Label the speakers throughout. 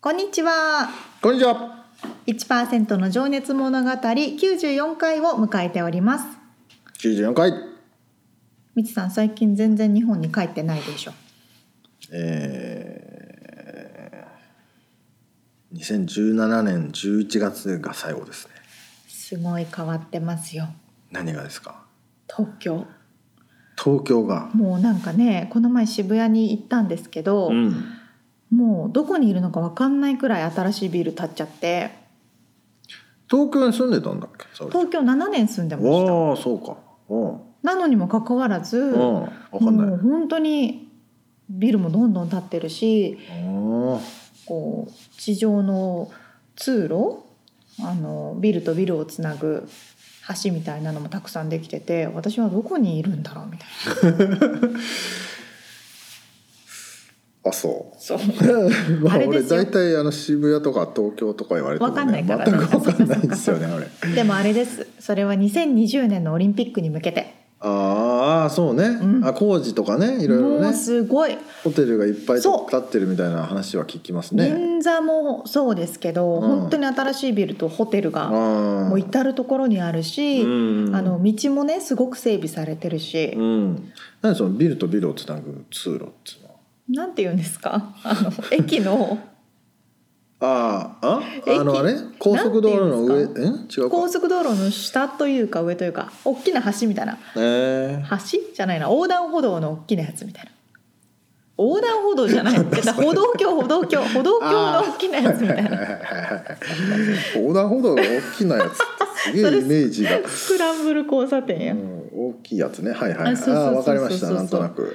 Speaker 1: こんにちは
Speaker 2: こんにちは。
Speaker 1: 1%の情熱物語94回を迎えております
Speaker 2: 九十四回。
Speaker 1: みちさん最近全然日本に帰ってないでしょ
Speaker 2: 二千十七年十一月が最後ですね。
Speaker 1: すごい変わってますよ
Speaker 2: 何がですか。
Speaker 1: 東京
Speaker 2: 東京が。
Speaker 1: もうなんかねこの前渋谷に行ったんですけど、
Speaker 2: うん。
Speaker 1: もうどこにいるのかわかんないくらい新しいビル建っちゃって
Speaker 2: 東京に住んでたんだっけ。そうです
Speaker 1: 東京7年住んでました
Speaker 2: わあ、そうか。うん。
Speaker 1: なのにもかかわらず、
Speaker 2: うん。わかんない。
Speaker 1: もう
Speaker 2: あ
Speaker 1: 本当にビルもどんどん建ってるし
Speaker 2: あ。
Speaker 1: こう地上の通路あのビルとビルをつなぐ橋みたいなのもたくさんできてて私はどこにいるんだろうみたいな
Speaker 2: あ、そう。
Speaker 1: そう
Speaker 2: ま あ、
Speaker 1: あれで
Speaker 2: 俺
Speaker 1: すよ
Speaker 2: 大体あの渋谷とか東京とか言われても、
Speaker 1: わ
Speaker 2: ね、
Speaker 1: かんないからね
Speaker 2: 全くわかんないですよね、あれ。
Speaker 1: でもあれですそれは2020年のオリンピックに向けて、
Speaker 2: ああ、そうね。
Speaker 1: ん
Speaker 2: あ、工事とかね、いろいろ
Speaker 1: も
Speaker 2: ね
Speaker 1: う。すごい
Speaker 2: ホテルがいっぱい建
Speaker 1: そう
Speaker 2: ってるみたいな話は聞きますね。
Speaker 1: 銀座もそうですけど、
Speaker 2: ん
Speaker 1: 本当に新しいビルとホテル
Speaker 2: あ
Speaker 1: が
Speaker 2: あ。
Speaker 1: もう至る所にあるし、
Speaker 2: うん
Speaker 1: あの道もねすごく整備されてるし、
Speaker 2: うん、何そのビルとビルをつなぐ通路っていうのは
Speaker 1: なんて言うんですか あの駅の
Speaker 2: ああ
Speaker 1: 駅
Speaker 2: ああのあれ高速道路の上え
Speaker 1: なん
Speaker 2: 違う
Speaker 1: 高
Speaker 2: か
Speaker 1: 速道路の下というか上というか大きな橋みたいな
Speaker 2: え
Speaker 1: 橋じゃないな横断歩道の大きなやつみたいな横断歩道じゃ ない歩道橋歩道橋歩道橋の大きなやつみたい な
Speaker 2: ー、横断歩道が大きなやつって すげえイメージが、
Speaker 1: スクランブル交差点
Speaker 2: う
Speaker 1: や、
Speaker 2: ん、大きいやつねはいはいああ
Speaker 1: あそうそうそうそう
Speaker 2: ーわかりましたなんとなく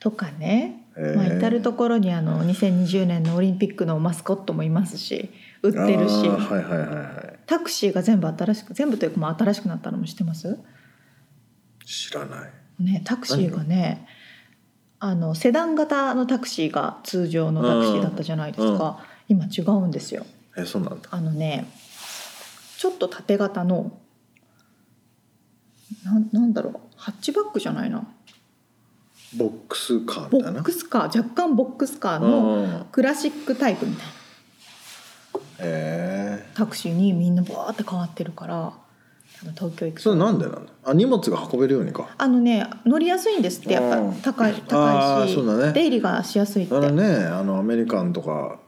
Speaker 1: とかね、
Speaker 2: えー
Speaker 1: まあ、至る所にあの2020年のオリンピックのマスコットもいますし売ってるし
Speaker 2: あーはいはいはいはい
Speaker 1: タクシーが全部新しく全部というかまあ新しくなったのも知ってます
Speaker 2: 知らない
Speaker 1: ねタクシーがねあのセダン型のタクシーが通常のタクシーだったじゃないですか、今違うんですよ
Speaker 2: えそうなんだ
Speaker 1: あのねちょっと縦型のなんなんだろうハッチバックじゃないな
Speaker 2: ボックスカーみ
Speaker 1: ボ
Speaker 2: たいな
Speaker 1: ックスカー若干ボックスカーの
Speaker 2: の
Speaker 1: クラシックタイプみたいな
Speaker 2: え
Speaker 1: タクシーにみんなバーって変わってるから多分東京行
Speaker 2: ー、
Speaker 1: く
Speaker 2: それ
Speaker 1: と
Speaker 2: なんでなんだあ荷物が運べるようにか
Speaker 1: あのね乗りやすいんですってやっぱ
Speaker 2: うん
Speaker 1: 高い
Speaker 2: あ
Speaker 1: 高い
Speaker 2: ー
Speaker 1: し、
Speaker 2: そうだね
Speaker 1: 出入りがしやすいって
Speaker 2: あれねあのアメリカンとか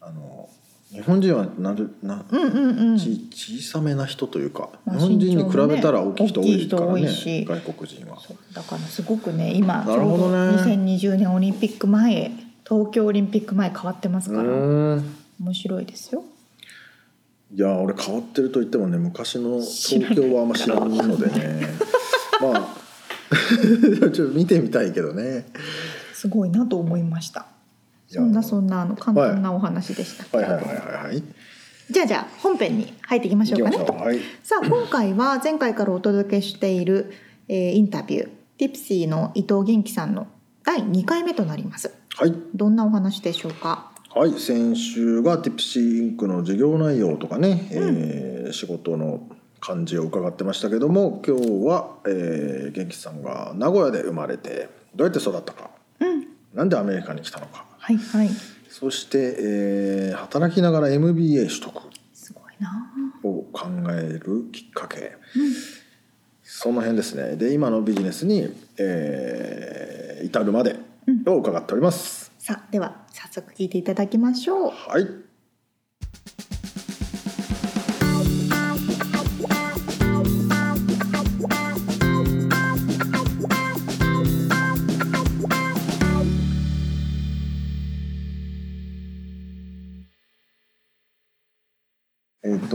Speaker 2: あの日本人はなるな、
Speaker 1: うんうんうん
Speaker 2: ち小さめな人というか、
Speaker 1: まあ
Speaker 2: 日本人に比べたら
Speaker 1: 身長も
Speaker 2: 大
Speaker 1: ね
Speaker 2: きい人多いから
Speaker 1: 大きい人多
Speaker 2: ね
Speaker 1: いし
Speaker 2: 外国人は
Speaker 1: そうだからすごくね今ちょ
Speaker 2: な
Speaker 1: う
Speaker 2: るほ
Speaker 1: ど
Speaker 2: どね
Speaker 1: 2020年オリンピック前東京オリンピック前変わってます
Speaker 2: う
Speaker 1: から
Speaker 2: ーん
Speaker 1: 面白いですよ
Speaker 2: いや俺変わってると言ってもね昔の
Speaker 1: 知らない
Speaker 2: 東京はあんま知らないのでねまあ ちょっと見てみたいけどね
Speaker 1: すごいなと思いました
Speaker 2: いや
Speaker 1: そんなそんなあの簡単なお話でしたけ
Speaker 2: はい
Speaker 1: れど
Speaker 2: はい
Speaker 1: も、
Speaker 2: はいはいはい
Speaker 1: じゃあじゃあ本編に入っていきましょうかね
Speaker 2: 行きましょうはい
Speaker 1: さあ今回は前回からお届けしている、えーインタビュー「ティプシーの伊藤元気さんの第2回目となります
Speaker 2: はい
Speaker 1: どんなお話でしょうか
Speaker 2: はい、先週が Tipsy インクの事業内容とかね、えー仕事の感じを伺ってましたけども今日は、えー、元気さんが名古屋で生まれてどうやって育ったか、なんでアメリカに来たのか
Speaker 1: はいはい
Speaker 2: そして、えー働きながら MBA 取得
Speaker 1: すごいな
Speaker 2: を考えるきっかけ、その辺ですねで今のビジネスに、えー至るまでを伺っております。
Speaker 1: さあでは早速聞いていただきましょう
Speaker 2: はい
Speaker 3: 「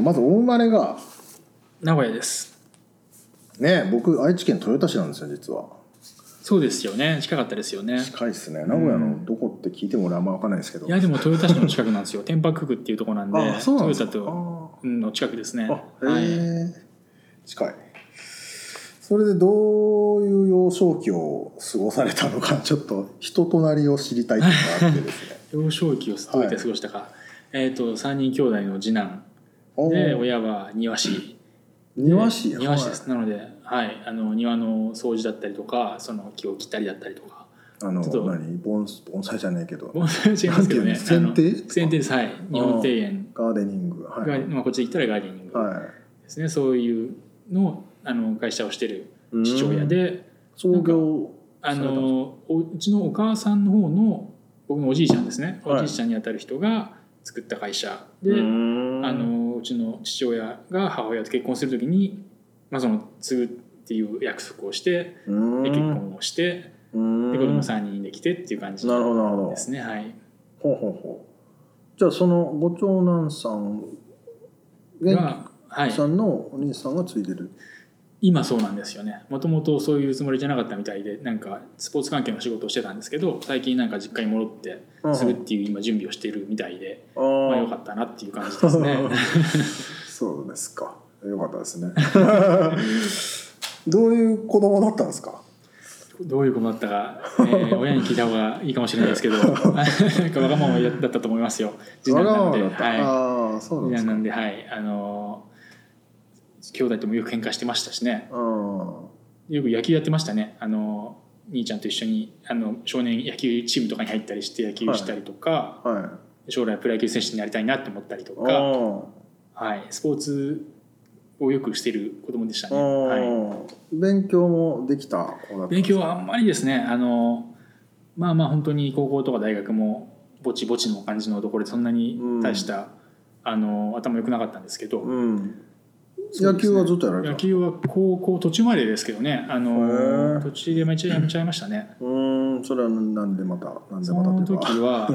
Speaker 2: まずお生まれが
Speaker 3: 名古屋です
Speaker 2: ね僕愛知県豊田市なんですよ実は
Speaker 3: そうですよね近かったですよね
Speaker 2: 近いですね名古屋のどこって聞いても俺あんま分かんないですけど
Speaker 3: いやでも豊田市の近くなん ですよ天白区っていうところなんで
Speaker 2: あそうなんです
Speaker 3: 豊
Speaker 2: か
Speaker 3: 田とうんの近くですね
Speaker 2: あ
Speaker 3: は
Speaker 2: へ
Speaker 3: い、
Speaker 2: え近いそれでどういう幼少期を過ごされたのか ちょっと人となりを知りたいっていうのがあって ですね
Speaker 3: 幼少期をどうやって過ごしたか、えっ、と3人兄弟の次男
Speaker 2: お
Speaker 3: で
Speaker 2: ー
Speaker 3: 親は庭師
Speaker 2: 庭師や
Speaker 3: 庭師です、
Speaker 2: はい
Speaker 3: なので、はい、あの庭の掃除だったりとかその木を切ったりだったりとか
Speaker 2: あの
Speaker 3: ちょっと
Speaker 2: 何盆盆栽じゃねえけど
Speaker 3: 盆栽は違いますけどね
Speaker 2: なんていうの剪定
Speaker 3: あの剪定ですはい日本庭園
Speaker 2: ガーデニングはい、
Speaker 3: が、まあ、こっちで言ったらガーデニング
Speaker 2: は
Speaker 3: ですね、そういうのをあの会社をしてる
Speaker 2: い、
Speaker 3: 父親で
Speaker 2: 創業
Speaker 3: あ
Speaker 2: されたん
Speaker 3: のおうちのお母さんの方の僕のおじいちゃんですね、
Speaker 2: はい
Speaker 3: おじいちゃんにあたる人が作った会社で、
Speaker 2: ん
Speaker 3: あのうちの父親が母親と結婚するときに、まあ、その継ぐっていう約束をして
Speaker 2: うん
Speaker 3: で結婚をして
Speaker 2: うん
Speaker 3: で子供3人で来てっていう感じ
Speaker 2: なるほどなるほど
Speaker 3: ですねはい
Speaker 2: ほうほうほうじゃあそのご長男さん元
Speaker 3: が、は
Speaker 2: 気
Speaker 3: い、
Speaker 2: さんのお兄さんがついてる、
Speaker 3: 今そうなんですよねもともとそういうつもりじゃなかったみたいでなんかスポーツ関係の仕事をしてたんですけど最近なんか実家に戻って
Speaker 2: うん
Speaker 3: するっていう今準備をしてるみたいで、
Speaker 2: あ
Speaker 3: まあ
Speaker 2: ー
Speaker 3: よかったなっていう感じですね
Speaker 2: そうですかよかったですねどういう子供だったんですか
Speaker 3: どういうことだった か、えー親に聞いた方がいいかもしれないですけどなんかわがままだったと思いますよ次男なんで
Speaker 2: わがままだった、
Speaker 3: はい
Speaker 2: ああそう
Speaker 3: 次
Speaker 2: なんです
Speaker 3: 男
Speaker 2: か
Speaker 3: なんではいあのー兄弟ともよく喧嘩してましたしね
Speaker 2: うん
Speaker 3: よく野球やってましたねあの兄ちゃんと一緒にあの少年野球チームとかに入ったりして野球したりとか、
Speaker 2: はい
Speaker 3: 将来プロ野球選手になりたいなって思ったりと
Speaker 2: あ
Speaker 3: か、
Speaker 2: ー
Speaker 3: はい、スポーツをよくしてる子供でした
Speaker 2: あ
Speaker 3: ね、は
Speaker 2: ー、勉強もできた子だったんで
Speaker 3: い、勉
Speaker 2: すか
Speaker 3: 強はあんまりですねあのまあまあ本当に高校とか大学もぼちぼちの感じのところでそんなに大した、あの頭良くなかったんですけど、
Speaker 2: うん
Speaker 3: そう
Speaker 2: 野
Speaker 3: です
Speaker 2: 球
Speaker 3: ね
Speaker 2: はずっとやられた
Speaker 3: 野球は高校途中までですけどねあ
Speaker 2: へえ
Speaker 3: の途中でめっちゃやめちゃいましたね
Speaker 2: うーんそれはなんでまた なんで
Speaker 3: そ
Speaker 2: また
Speaker 3: の
Speaker 2: という
Speaker 3: 時
Speaker 2: か
Speaker 3: は、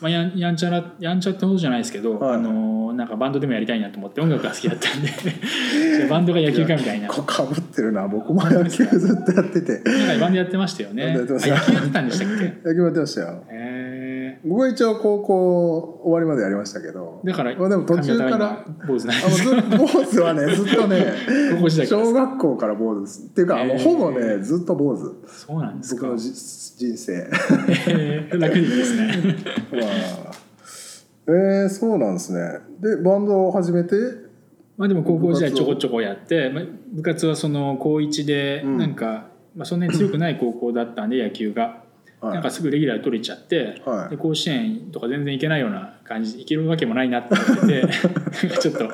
Speaker 3: まあ、やんやんちゃなやんちゃってほどじゃないですけど、
Speaker 2: はい
Speaker 3: あのなんかバンドでもやりたいなと思って音楽が好きだったんで じゃあバンドが野球かみたいな
Speaker 2: こかぶってるな僕も野球ずっとやってて
Speaker 3: なんかバンドやってましたよね。あ
Speaker 2: バンドや
Speaker 3: 野
Speaker 2: っ
Speaker 3: 球
Speaker 2: てました
Speaker 3: やってたんでしたっけ。
Speaker 2: 野球もやってましたよ
Speaker 3: へ
Speaker 2: 僕は一応高校終わりまでやりましたけど
Speaker 3: ーだから、
Speaker 2: まあでも途中から
Speaker 3: 髪型は今坊主なん
Speaker 2: あ
Speaker 3: で
Speaker 2: の
Speaker 3: す
Speaker 2: ず
Speaker 3: か。
Speaker 2: 坊主は ねずっとね
Speaker 3: 高校時代からで
Speaker 2: 小
Speaker 3: すか。
Speaker 2: 学校から坊主ですっていうかあ
Speaker 3: へ
Speaker 2: の
Speaker 3: ー
Speaker 2: ほぼねずっと坊主
Speaker 3: そうなんです
Speaker 2: 僕
Speaker 3: か。
Speaker 2: のじ人 生
Speaker 3: へー楽にいいですね。
Speaker 2: まあえー、そうなんですねでバンドを始めて
Speaker 3: まあでも高校時代ちょこちょこやって、まあ部活はその高一で
Speaker 2: うん
Speaker 3: なんか、まあそんなに強くない高校だったんで野球が、
Speaker 2: はい
Speaker 3: なんかすぐレギュラー取れちゃって、
Speaker 2: はい
Speaker 3: で甲子園とか全然行けないような感じで行けるわけもないなって思 っててちょっと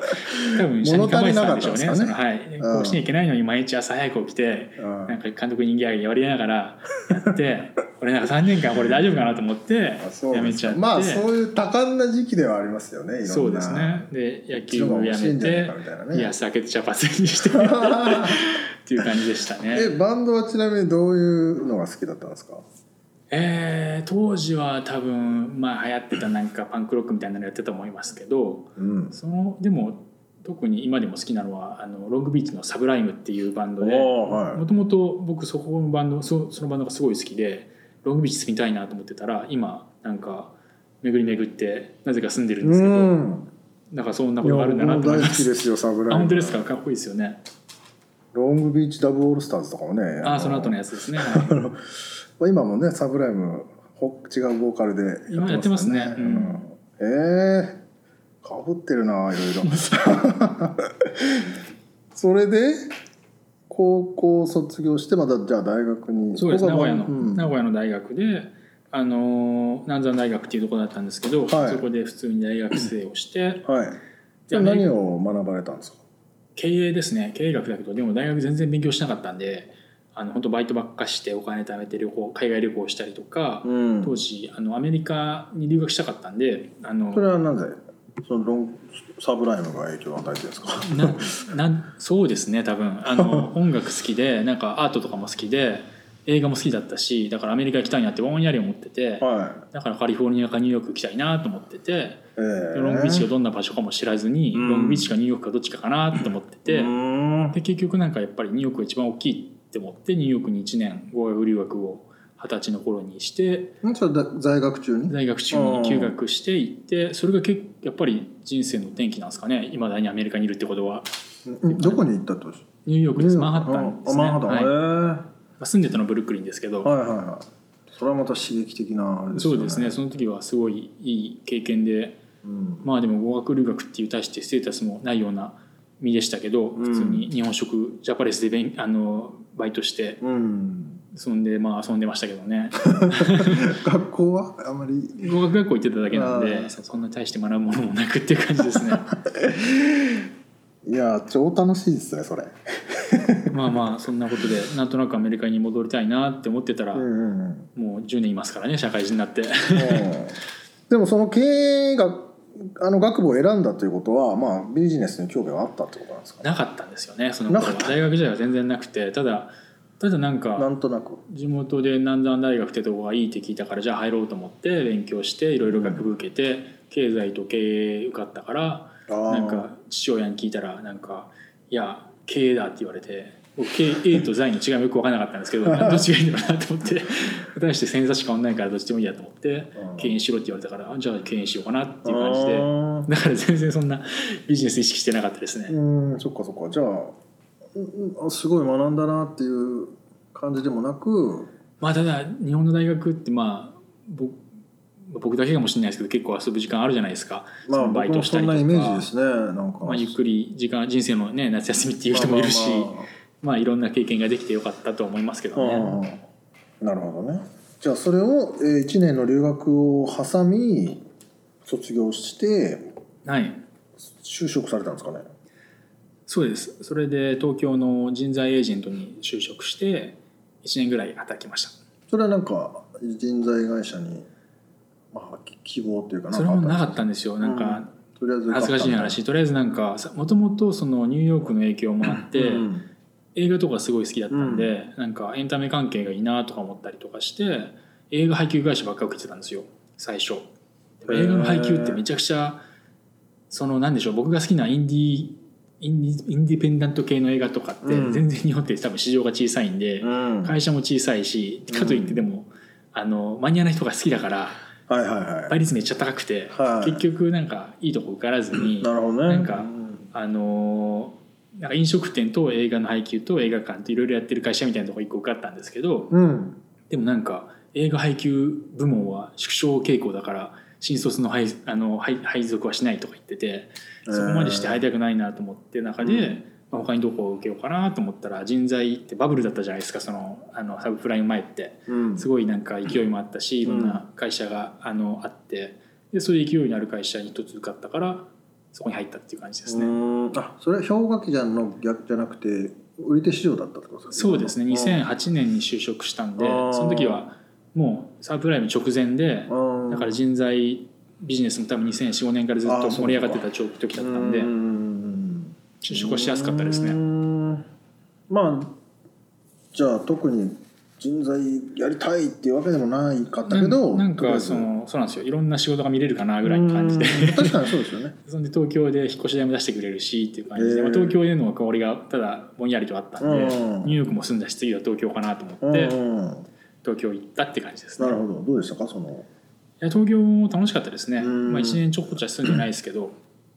Speaker 3: 多分下に構えてたんでしょうね
Speaker 2: 物足
Speaker 3: そ
Speaker 2: り
Speaker 3: の
Speaker 2: な
Speaker 3: はい、で甲子園行けないのに毎日朝早く起きて
Speaker 2: うん
Speaker 3: なんか監督にギャーギャー言われながらやって俺なんか3年間これ大丈夫かなと思って
Speaker 2: あそう
Speaker 3: や
Speaker 2: で
Speaker 3: め
Speaker 2: す
Speaker 3: ちゃって
Speaker 2: まあそういう多感な時期ではありますよねいろんな
Speaker 3: そうですねで野球
Speaker 2: こっちの方
Speaker 3: を
Speaker 2: が
Speaker 3: や
Speaker 2: 欲しい
Speaker 3: め
Speaker 2: んじゃない
Speaker 3: て
Speaker 2: かみたいなね
Speaker 3: いや酒と茶髪にしてっていう感じでした
Speaker 2: え
Speaker 3: ね
Speaker 2: バンドはちなみにどういうのが好きだったんですか
Speaker 3: えー当時は多分まあ流行ってたなんかパンクロックみたいなのやってたと思いますけど
Speaker 2: うん
Speaker 3: そのでも特に今でも好きなのはあのロングビーチのサブライムっていうバンドで
Speaker 2: おーはい
Speaker 3: もともと僕そこのバンドそそのバンドがすごい好きでロングビーチ住みたいなと思ってたら今なんか巡り巡ってなぜか住んでるんですけど、
Speaker 2: うん
Speaker 3: なんかそんなこ
Speaker 2: いや
Speaker 3: とがある
Speaker 2: 僕
Speaker 3: んだな
Speaker 2: も
Speaker 3: と思
Speaker 2: 大
Speaker 3: い
Speaker 2: 好
Speaker 3: ま
Speaker 2: き
Speaker 3: す
Speaker 2: ですよサブライム
Speaker 3: あ本当ですかかっこいいですよね
Speaker 2: ロングビーチダブオールスターズとかもね
Speaker 3: ああその後のやつです ね、はい
Speaker 2: まあ今もねサブライムほ違うボーカルで
Speaker 3: 今やってますね
Speaker 2: ようんええかぶってるないろい ろ それで高校卒業してまたじゃあ大学に
Speaker 3: そうです
Speaker 2: こ
Speaker 3: 名
Speaker 2: こ
Speaker 3: 古
Speaker 2: が
Speaker 3: 屋の、
Speaker 2: うん
Speaker 3: 名古屋の大学であのー南山大学っていうところだったんですけ
Speaker 2: は
Speaker 3: ど、
Speaker 2: い
Speaker 3: そこで普通に大学生をして
Speaker 2: はいじゃあ
Speaker 3: でアメリ
Speaker 2: 何
Speaker 3: カ
Speaker 2: を学ばれたんですか
Speaker 3: 経営ですね経営学だけどでも大学全然勉強しなかったんであの本当バイトばっかしてお金貯めて旅行海外旅行したりとか、
Speaker 2: うん
Speaker 3: 当時あのアメリカに留学したかったんであの
Speaker 2: それはなぜそのロンサブライムが影響を与えてるんですか
Speaker 3: ななんそうですね多分あの音楽好きでなんかアートとかも好きで映画も好きだったしだからアメリカ行きたいなってぼんやり思ってて
Speaker 2: は
Speaker 3: だからカリフォルニアかニューヨーク行きたいなと思ってて
Speaker 2: い。えー
Speaker 3: ロングビーチがどんな場所かも知らずに
Speaker 2: うん
Speaker 3: ロングビーチかニューヨークかどっちかかなと思ってて
Speaker 2: うーん
Speaker 3: で結局なんかやっぱりニューヨークが一番大きいって思ってニューヨークに1年語学留学を二十歳の頃にして
Speaker 2: んそれだ在学中に。
Speaker 3: 大学中に休学していってそれが結やっぱり人生の転機なんですかねいまだにアメリカにいるってことは
Speaker 2: んどこに行ったってことです
Speaker 3: ニューヨークですマンハッタンですね、
Speaker 2: あマンハッタン。へ
Speaker 3: はい
Speaker 2: え
Speaker 3: まあ住んでたのはブルックリンですけど、
Speaker 2: はいはいはい。それはまた刺激的なあれ
Speaker 3: そうですね
Speaker 2: ね。
Speaker 3: その時はすごいいい経験で
Speaker 2: うん
Speaker 3: まあでも語学留学っていう大してステータスもないような身でしたけど
Speaker 2: ん
Speaker 3: 普通に日本食ジャパレスで勉あのバイトして
Speaker 2: うん。
Speaker 3: そんでまあ遊んでましたけどね
Speaker 2: 学校はあまり。
Speaker 3: 語学学校行ってただけなん
Speaker 2: あー
Speaker 3: でそんな大して学ぶものもなくっていう感じですね
Speaker 2: いやー超楽しいですねそれ。
Speaker 3: まあまあそんなことでなんとなくアメリカに戻りたいなって思ってたら、
Speaker 2: うんうんうん。
Speaker 3: もう10年いますからね社会人になって
Speaker 2: でもその経営があの学部を選んだということは、まあ、ビジネスに興味があったってことなんですかね
Speaker 3: なかったんですよねその頃
Speaker 2: なかった
Speaker 3: 大学時代は全然なくてただただなんか
Speaker 2: なんとなく
Speaker 3: 地元で南山大学ってとこがいいって聞いたからじゃあ入ろうと思って勉強していろいろ学部受けて経済と経営受かったから
Speaker 2: あー
Speaker 3: なんか父親に聞いたらなんか「いや経営だ」って言われて僕経営と財の違いもよく分からなかったんですけ どどっちがいいのかなと思って大して偏差しか変わんないからどっちでもいいやと思って
Speaker 2: うん
Speaker 3: 敬遠しろって言われたからあじゃあ敬遠しようかなっていう感じ
Speaker 2: あ
Speaker 3: で
Speaker 2: ー
Speaker 3: だから全然そんなビジネス意識してなかったですね。
Speaker 2: うんそっかそっかじゃあうんあすごい学んだなっていう感じでもなく
Speaker 3: まあただ日本の大学ってまあ僕僕だけかもしれないですけど結構遊ぶ時間あるじゃないですか、
Speaker 2: ま
Speaker 3: そ
Speaker 2: あ
Speaker 3: のバイ
Speaker 2: 僕
Speaker 3: ト
Speaker 2: も
Speaker 3: した
Speaker 2: そ
Speaker 3: り
Speaker 2: ん
Speaker 3: と
Speaker 2: な
Speaker 3: か
Speaker 2: イメージですねなんか、
Speaker 3: まあ、ゆっくり時間人生のね夏休みっていう人もいるし、
Speaker 2: まあ
Speaker 3: まあ
Speaker 2: まあまあ
Speaker 3: いろんな経験ができてよかったと思いますけどね、
Speaker 2: うんなるほどねじゃあそれを1年の留学を挟み卒業して
Speaker 3: はい
Speaker 2: 就職されたんですかね
Speaker 3: そうですそれで東京の人材エージェントに就職して1年ぐらい働きました
Speaker 2: それはなんか人材会社に、まあ、き希望というか
Speaker 3: それもなか
Speaker 2: っ
Speaker 3: ったんですよ
Speaker 2: た
Speaker 3: なんか、
Speaker 2: うんとりあえず受
Speaker 3: 恥ず
Speaker 2: っ
Speaker 3: か
Speaker 2: た
Speaker 3: しい
Speaker 2: んだ
Speaker 3: 話とりあえずなんかもともとそのニューヨークの影響もあって、
Speaker 2: うん
Speaker 3: 映画とかすごい好きだったんで、なんかエンタメ関係がいいなとか思ったりとかして映画配給会社ばっか受けてたんですよ最初映画の配給ってめちゃくちゃそのなんでしょう僕が好きなインディーインディインディペンダント系の映画とかって
Speaker 2: うん
Speaker 3: 全然日本って多分市場が小さいんで、
Speaker 2: うんはい
Speaker 3: 会社も小さいしかといってでも、あのマニアな人が好きだから
Speaker 2: はいは
Speaker 3: 倍率めっちゃ高くて、
Speaker 2: はい
Speaker 3: 結局なんかいいとこ受からずに
Speaker 2: いなるほどね
Speaker 3: なんか
Speaker 2: うん
Speaker 3: あのーなんか飲食店と映画の配給と映画館といろいろやってる会社みたいなとこ一個受かったんですけど
Speaker 2: うん
Speaker 3: でもなんか映画配給部門は縮小傾向だから新卒の配あの配配属はしないとか言っててそこまでして入りたくないなと思って中で、
Speaker 2: うん
Speaker 3: まあ、他にどこを受けようかなと思ったら人材ってバブルだったじゃないですかそのあのサブプライム前って。
Speaker 2: うん
Speaker 3: すごいなんか勢いもあったしいろんな会社があのあってでそういう勢いのある会社に一つ受かったからそこに入ったっていう感じですね。
Speaker 2: うんあそれは氷河期じゃんの逆じゃなくて売り手市場だったってこと
Speaker 3: そうですね2008年に就職したんで
Speaker 2: あー
Speaker 3: その時はもうサープライム直前で
Speaker 2: うん
Speaker 3: だから人材ビジネスも多分2004年からずっ
Speaker 2: あー
Speaker 3: と
Speaker 2: そうか
Speaker 3: 盛り上がってた時だったんで
Speaker 2: うん
Speaker 3: 就職はしやすかったです
Speaker 2: うー
Speaker 3: ね
Speaker 2: んまあじゃあ特に人材やりたいっていうわけでもないかったけど
Speaker 3: なん
Speaker 2: とりあ
Speaker 3: か
Speaker 2: えず
Speaker 3: そのそうなんですよいろんな仕事が見れるかなぐらいの感じで
Speaker 2: うん確かにそうですよ ね
Speaker 3: そんで東京で引っ越し代も出してくれるしっていう感じで、
Speaker 2: えー
Speaker 3: まあ、東京への香りがただぼんやりとあったんで、
Speaker 2: うん
Speaker 3: ニューヨークも住んだし次は東京かなと思
Speaker 2: う
Speaker 3: っ
Speaker 2: ん
Speaker 3: て、
Speaker 2: うん
Speaker 3: 東京行ったって感じですね
Speaker 2: なるほどどうでしたかその
Speaker 3: いや東京も楽しかったですね、
Speaker 2: うん
Speaker 3: まあ、1年ちょこちょ住んでないですけど、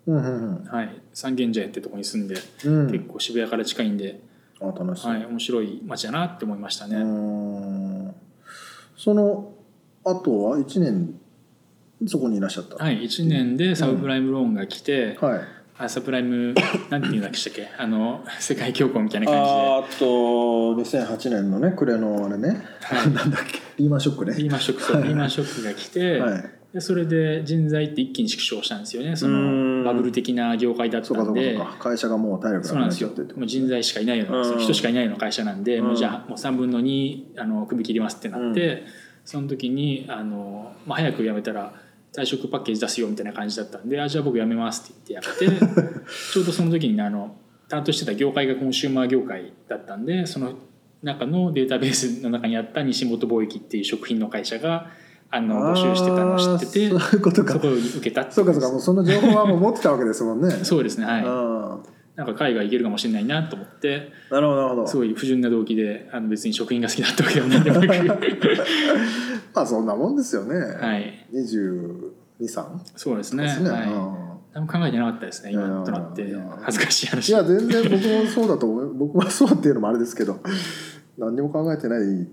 Speaker 2: うんうん
Speaker 3: はい、三軒茶屋ってとこに住んで、
Speaker 2: うん
Speaker 3: 結構渋谷から近いんで、
Speaker 2: あ楽しそう、
Speaker 3: はい、面白い街だなって思いました
Speaker 2: う
Speaker 3: ね、
Speaker 2: ーんそのあとは1年そこにいらっしゃった
Speaker 3: はい、1年でサブプライムローンが来て、
Speaker 2: はい
Speaker 3: あサブプライムなんていうんだっけあの世界恐慌みたいな感じで。
Speaker 2: ーっと2008年のね暮れのあれね、なんだっけリーマンショックね
Speaker 3: リーマンショックそうリーマンショックが来て、
Speaker 2: はい、
Speaker 3: でそれで人材って一気に縮小したんですよねそう
Speaker 2: ー
Speaker 3: の
Speaker 2: ん
Speaker 3: バブル的な業界だった
Speaker 2: そうかそう
Speaker 3: ん
Speaker 2: かそう
Speaker 3: で
Speaker 2: か会社がもう体力
Speaker 3: そ
Speaker 2: なくな
Speaker 3: うなんで
Speaker 2: っ
Speaker 3: す
Speaker 2: ちゃ
Speaker 3: よ
Speaker 2: ってって
Speaker 3: もう人材しかいないような
Speaker 2: うん
Speaker 3: 人しかいないような会社なんで、
Speaker 2: うん
Speaker 3: もうじゃあもう3分の2あの首切りますってなって、その時にあの、まあ、早く辞めたら退職パッケージ出すよみたいな感じだったんであじゃあ僕辞めますって言ってやめて ちょうどその時にあの担当してた業界がコンシューマー業界だったんでその中のデータベースの中にあった西本貿易っていう食品の会社があの募集してたのを知ってて
Speaker 2: あーそういうことか
Speaker 3: そこを受けたってい
Speaker 2: そうかそうかもうその情報はもう持ってたわけですもんね
Speaker 3: そうですねはい
Speaker 2: あ
Speaker 3: なんか海外行けるかもしれないなと思って
Speaker 2: ーなるほどなるほど
Speaker 3: すごい不純な動機であの別に食品が好きだったわけではないんでもなく
Speaker 2: まあそんなもんですよね、
Speaker 3: はい
Speaker 2: 223
Speaker 3: そうですね
Speaker 2: ですね、
Speaker 3: はい
Speaker 2: うん
Speaker 3: 何も考えてなかったですね
Speaker 2: いや
Speaker 3: 今となって
Speaker 2: いや
Speaker 3: 恥ずかしい
Speaker 2: い
Speaker 3: 話
Speaker 2: や全然僕もそうだと思う 僕はそうっていうのもあれですけど何にも考えてない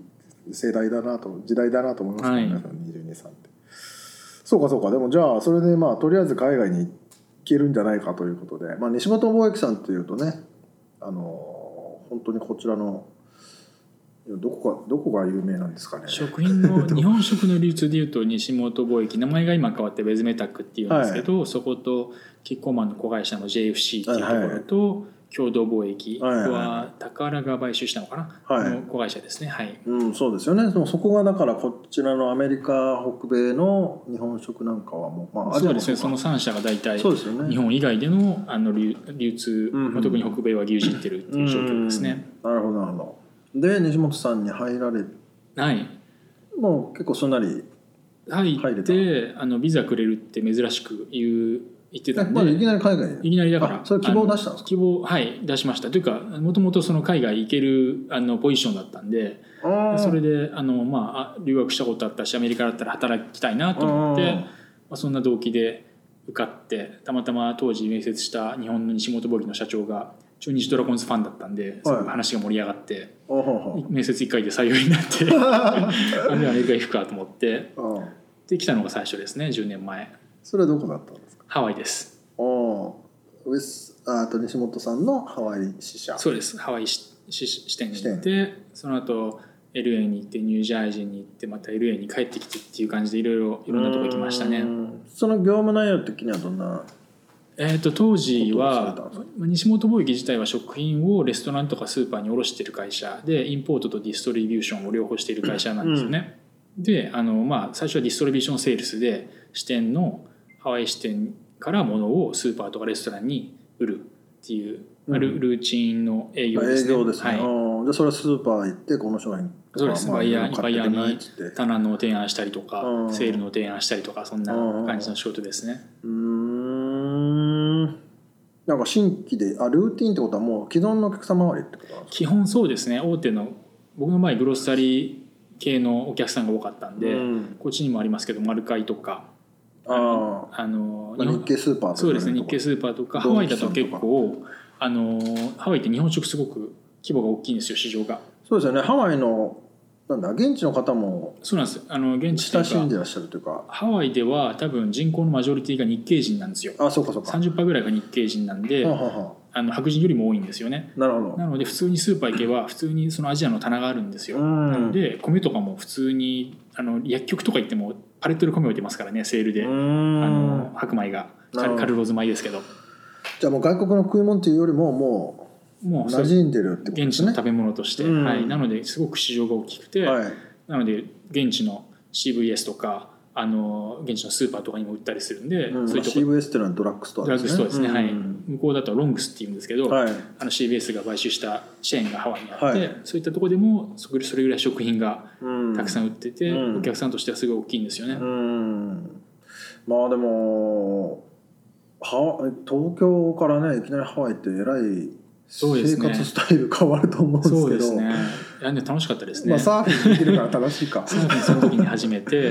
Speaker 2: 世代だなと時代だなと思いますね、
Speaker 3: はい
Speaker 2: 皆さん22歳ってそうかそうかでもじゃあそれでまあとりあえず海外に行けるんじゃないかということで、まあ、西本貿易さんっていうとねあの本当にこちらのどこがどこが有名なんですかね
Speaker 3: 食品 の日本食の流通でいうと西本貿易名前が今変わってベズメタックっていうんですけど、そことキッコーマンの子会社の JFC っていうところと、共同貿易
Speaker 2: はいはい
Speaker 3: は宝が買収したのかな、
Speaker 2: はい
Speaker 3: の子会社ですねはい
Speaker 2: うん、そうですよねでもそこがだからこちらのアメリカ北米の日本食なんかはもう、まあ、アジ
Speaker 3: そ
Speaker 2: アも
Speaker 3: うですねその
Speaker 2: か
Speaker 3: 3社が大体
Speaker 2: そうですよね
Speaker 3: 日本以外でのあの流流通、
Speaker 2: うんうん
Speaker 3: まあ、特に北米は牛耳ってるっていう状況ですね、
Speaker 2: うん。なるほどなるほど。で西本さんに入られ
Speaker 3: はい
Speaker 2: もう結構すんなり、
Speaker 3: 入
Speaker 2: 入
Speaker 3: ってあのビザくれるって珍しく言う言ってたん
Speaker 2: まあ、いき
Speaker 3: で
Speaker 2: なり海外
Speaker 3: い
Speaker 2: に。
Speaker 3: きなりだから
Speaker 2: あそれ希望
Speaker 3: あの
Speaker 2: 出したんですか
Speaker 3: 希望はい出しましたというかもともとその海外行けるあのポジションだったんで
Speaker 2: あー
Speaker 3: それであの、まああ、留学したことあったしアメリカだったら働きたいなと思っ
Speaker 2: う
Speaker 3: て
Speaker 2: ん
Speaker 3: まあ、そんな動機で受かってたまたま当時面接した日本の西本貿易の社長が中日ドラゴンズファンだったんで、すごく話が盛り上がって
Speaker 2: おほほ
Speaker 3: 面接1回で採用になって あでアメリカ行くかと思って
Speaker 2: うん
Speaker 3: で来たのが最初ですね10年前
Speaker 2: それはどこだったんですか。
Speaker 3: ハワイです
Speaker 2: おウェスあと西本さんのハワイ支社。
Speaker 3: そうですハワイ支支支店に行ってその後 LA に行ってニュージャージーに行ってまた LA に帰ってきてっていう感じでいろいろいろんなとこ行きましたね
Speaker 2: う。ん。その業務内容的にはどんな。
Speaker 3: えー、と当時
Speaker 2: ことを
Speaker 3: は
Speaker 2: されたんで
Speaker 3: 西本貿易自体は食品をレストランとかスーパーに卸している会社でインポートとディストリビューションを両方している会社なんですよね。であの、まあ、最初はディストリビューションセールスで支店のハワイ支店から物をスーパーとかレストランに売るっていう、まあルルーチンの営業です
Speaker 2: 営
Speaker 3: ね。
Speaker 2: 業ですね。
Speaker 3: はい
Speaker 2: うんじゃあそれはスーパー行ってこの商品とか。
Speaker 3: そうです
Speaker 2: まあ
Speaker 3: バイヤーに
Speaker 2: 買ってくれないっつって。
Speaker 3: 棚の提案したりとか
Speaker 2: うん
Speaker 3: セールの提案したりとかそんな感じの仕事ですね
Speaker 2: うーん。なんか新規であルーティンってことはもう既存のお客様周りってことなんですか。
Speaker 3: 基本そうですね大手の僕の前グロッサリー系のお客さんが多かったんで、
Speaker 2: うん
Speaker 3: こっちにもありますけどマルカイとか
Speaker 2: ああ。
Speaker 3: あの
Speaker 2: まあ
Speaker 3: 日本
Speaker 2: 日系スーパーとか
Speaker 3: そうですね日系スーパーとかハ
Speaker 2: ド
Speaker 3: ワ
Speaker 2: ン
Speaker 3: イ
Speaker 2: キ
Speaker 3: だ
Speaker 2: さ
Speaker 3: と
Speaker 2: んとか
Speaker 3: 結構あのハワイって日本食すごく規模が大きいんですよ市場が
Speaker 2: そうですよねハワイのなんだ現地の方も
Speaker 3: そうなんですあの現地と
Speaker 2: 親
Speaker 3: い
Speaker 2: しん
Speaker 3: うか
Speaker 2: でらっしゃるというか
Speaker 3: ハワイでは多分人口のマジョリティが日系人なんですよ
Speaker 2: あそうかそうか
Speaker 3: 30%ぐらいが日系人なんで、
Speaker 2: はあはあは
Speaker 3: あの白人よりも多いんですよね
Speaker 2: あなるほど
Speaker 3: なので普通にスーパー行けば普通にそのアジアの棚があるんですよ、
Speaker 2: うん
Speaker 3: なので米とかも普通にあの薬局とか行ってもパレットで米置いてますからねセールで、
Speaker 2: う
Speaker 3: あ
Speaker 2: ー
Speaker 3: の
Speaker 2: ん
Speaker 3: 白米が
Speaker 2: なるほ
Speaker 3: カル
Speaker 2: ど
Speaker 3: カルローズ米ですけど
Speaker 2: じゃあもう外国の食い物っていうよりもも
Speaker 3: も
Speaker 2: う
Speaker 3: うそう
Speaker 2: 馴染んでるってことで
Speaker 3: 現
Speaker 2: す
Speaker 3: 地の
Speaker 2: ね
Speaker 3: 食べ物として、
Speaker 2: うん
Speaker 3: はい、なのですごく市場が大きくて、
Speaker 2: はい
Speaker 3: なので現地の CVS とかあの現地のスーパーとかにも売ったりするんで、
Speaker 2: うん
Speaker 3: そういうとこ、
Speaker 2: CVS っていうのはドラッグストア
Speaker 3: ドラッグストアですね、はい、
Speaker 2: うん
Speaker 3: 向こうだとロングスっていうんですけど、
Speaker 2: はい
Speaker 3: あの CBS が買収したチェーンがハワイにあって、
Speaker 2: はい
Speaker 3: そういったところでもそこそれぐらい食品が
Speaker 2: うん
Speaker 3: たくさん売ってて、
Speaker 2: うん
Speaker 3: お客さんとしてはすごい大きいんですよね、
Speaker 2: うんまあでもハワイ東京からねいきなりハワイってえらい
Speaker 3: そうです
Speaker 2: 生
Speaker 3: ね
Speaker 2: 活スタイル変わると思うんですけど
Speaker 3: そうですねいやでも楽しかったですね、
Speaker 2: まあ、サーフィンできるから正しいか
Speaker 3: サーフィン その時に初めてい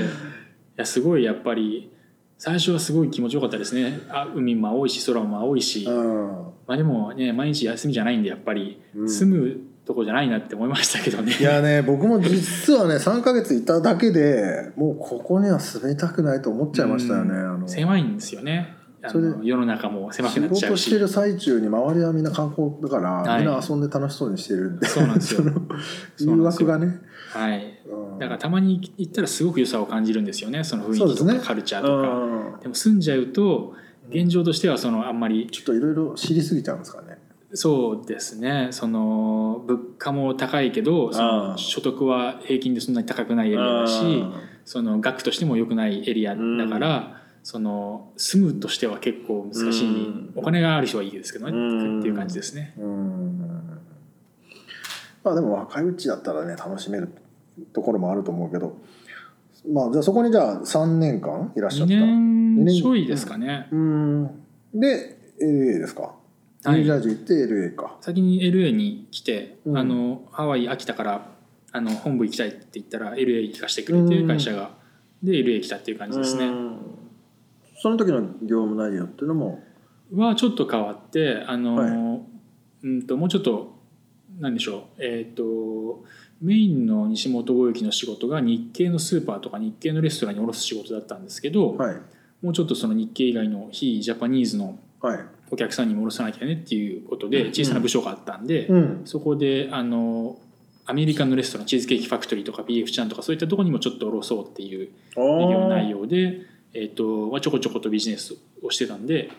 Speaker 3: やすごいやっぱり最初はすごい気持ちよかったですねあ海も青いし空も青いし、
Speaker 2: うん
Speaker 3: まあでもね毎日休みじゃないんでやっぱり、
Speaker 2: うん
Speaker 3: 住むとこじゃないなって思いましたけどね
Speaker 2: いやね僕も実はね3か月いただけでもうここには住みたくないと思っちゃいましたよね、
Speaker 3: うん
Speaker 2: あの仕
Speaker 3: 狭いんですよねあ
Speaker 2: それで
Speaker 3: の世の中も狭くなっちゃ
Speaker 2: 事
Speaker 3: う
Speaker 2: して
Speaker 3: し
Speaker 2: る最中に周りはみんな観光だから、
Speaker 3: はい
Speaker 2: みんな遊んで楽しそうにしてるんで
Speaker 3: そうなんですよ
Speaker 2: その
Speaker 3: そうな
Speaker 2: 誘
Speaker 3: んです
Speaker 2: 惑
Speaker 3: よ
Speaker 2: がね、
Speaker 3: はい
Speaker 2: うん
Speaker 3: だからたまに行ったらすごく良さを感じるんですよねその雰囲気
Speaker 2: そ
Speaker 3: と
Speaker 2: うで
Speaker 3: か、
Speaker 2: すね
Speaker 3: カルチャー
Speaker 2: う
Speaker 3: とか、
Speaker 2: ん
Speaker 3: でも住んじゃうと現状としてはそのあんまり
Speaker 2: ちょっといろいろ知りすぎちゃうんですかね
Speaker 3: そうですねその物価も高いけどそ
Speaker 2: あー
Speaker 3: の所得は平均でそんなに高くないエリアだしその額としても良くないエリアだから、その住むとしては結構難しい、
Speaker 2: うん
Speaker 3: お金がある人はいいですけどね、
Speaker 2: うん
Speaker 3: っていう感じですね。
Speaker 2: うんまあでも若いうちだったらね楽しめるところもあると思うけどまあじゃあそこにじゃあ3年間いらっしゃ
Speaker 3: 2
Speaker 2: った
Speaker 3: 年
Speaker 2: 二年
Speaker 3: ちょいですかね、
Speaker 2: うんで LA ですかニ
Speaker 3: は
Speaker 2: ュー
Speaker 3: い
Speaker 2: ジャージー行って LA か
Speaker 3: 先に LA に来て、
Speaker 2: うん
Speaker 3: あのハワイ秋田からあの本部行きたいって言ったら LA 行かせてくれ
Speaker 2: う
Speaker 3: て
Speaker 2: ん
Speaker 3: 会社が、で LA 来たっていう感じですね、
Speaker 2: うんその時の業務内容っていうのも
Speaker 3: はちょっと変わってあの、
Speaker 2: はい
Speaker 3: うんともうちょっと何でしょうえっ、とメインの西本貿易の仕事が日系のスーパーとか日系のレストランに卸す仕事だったんですけど、
Speaker 2: はい
Speaker 3: もうちょっとその日系以外の非ジャパニーズの
Speaker 2: はい
Speaker 3: お客さんにも卸さなきゃねっていうこと
Speaker 2: うん
Speaker 3: で小さな部署があったんで、
Speaker 2: うん
Speaker 3: そこであのアメリカのレストランチーズケーキファクトリーとか BF ちゃんとかそういったところにもちょっと卸そうっていう
Speaker 2: あ
Speaker 3: 営業
Speaker 2: ー
Speaker 3: 内容で、えー、とまあちょこちょことビジネスをしてたんで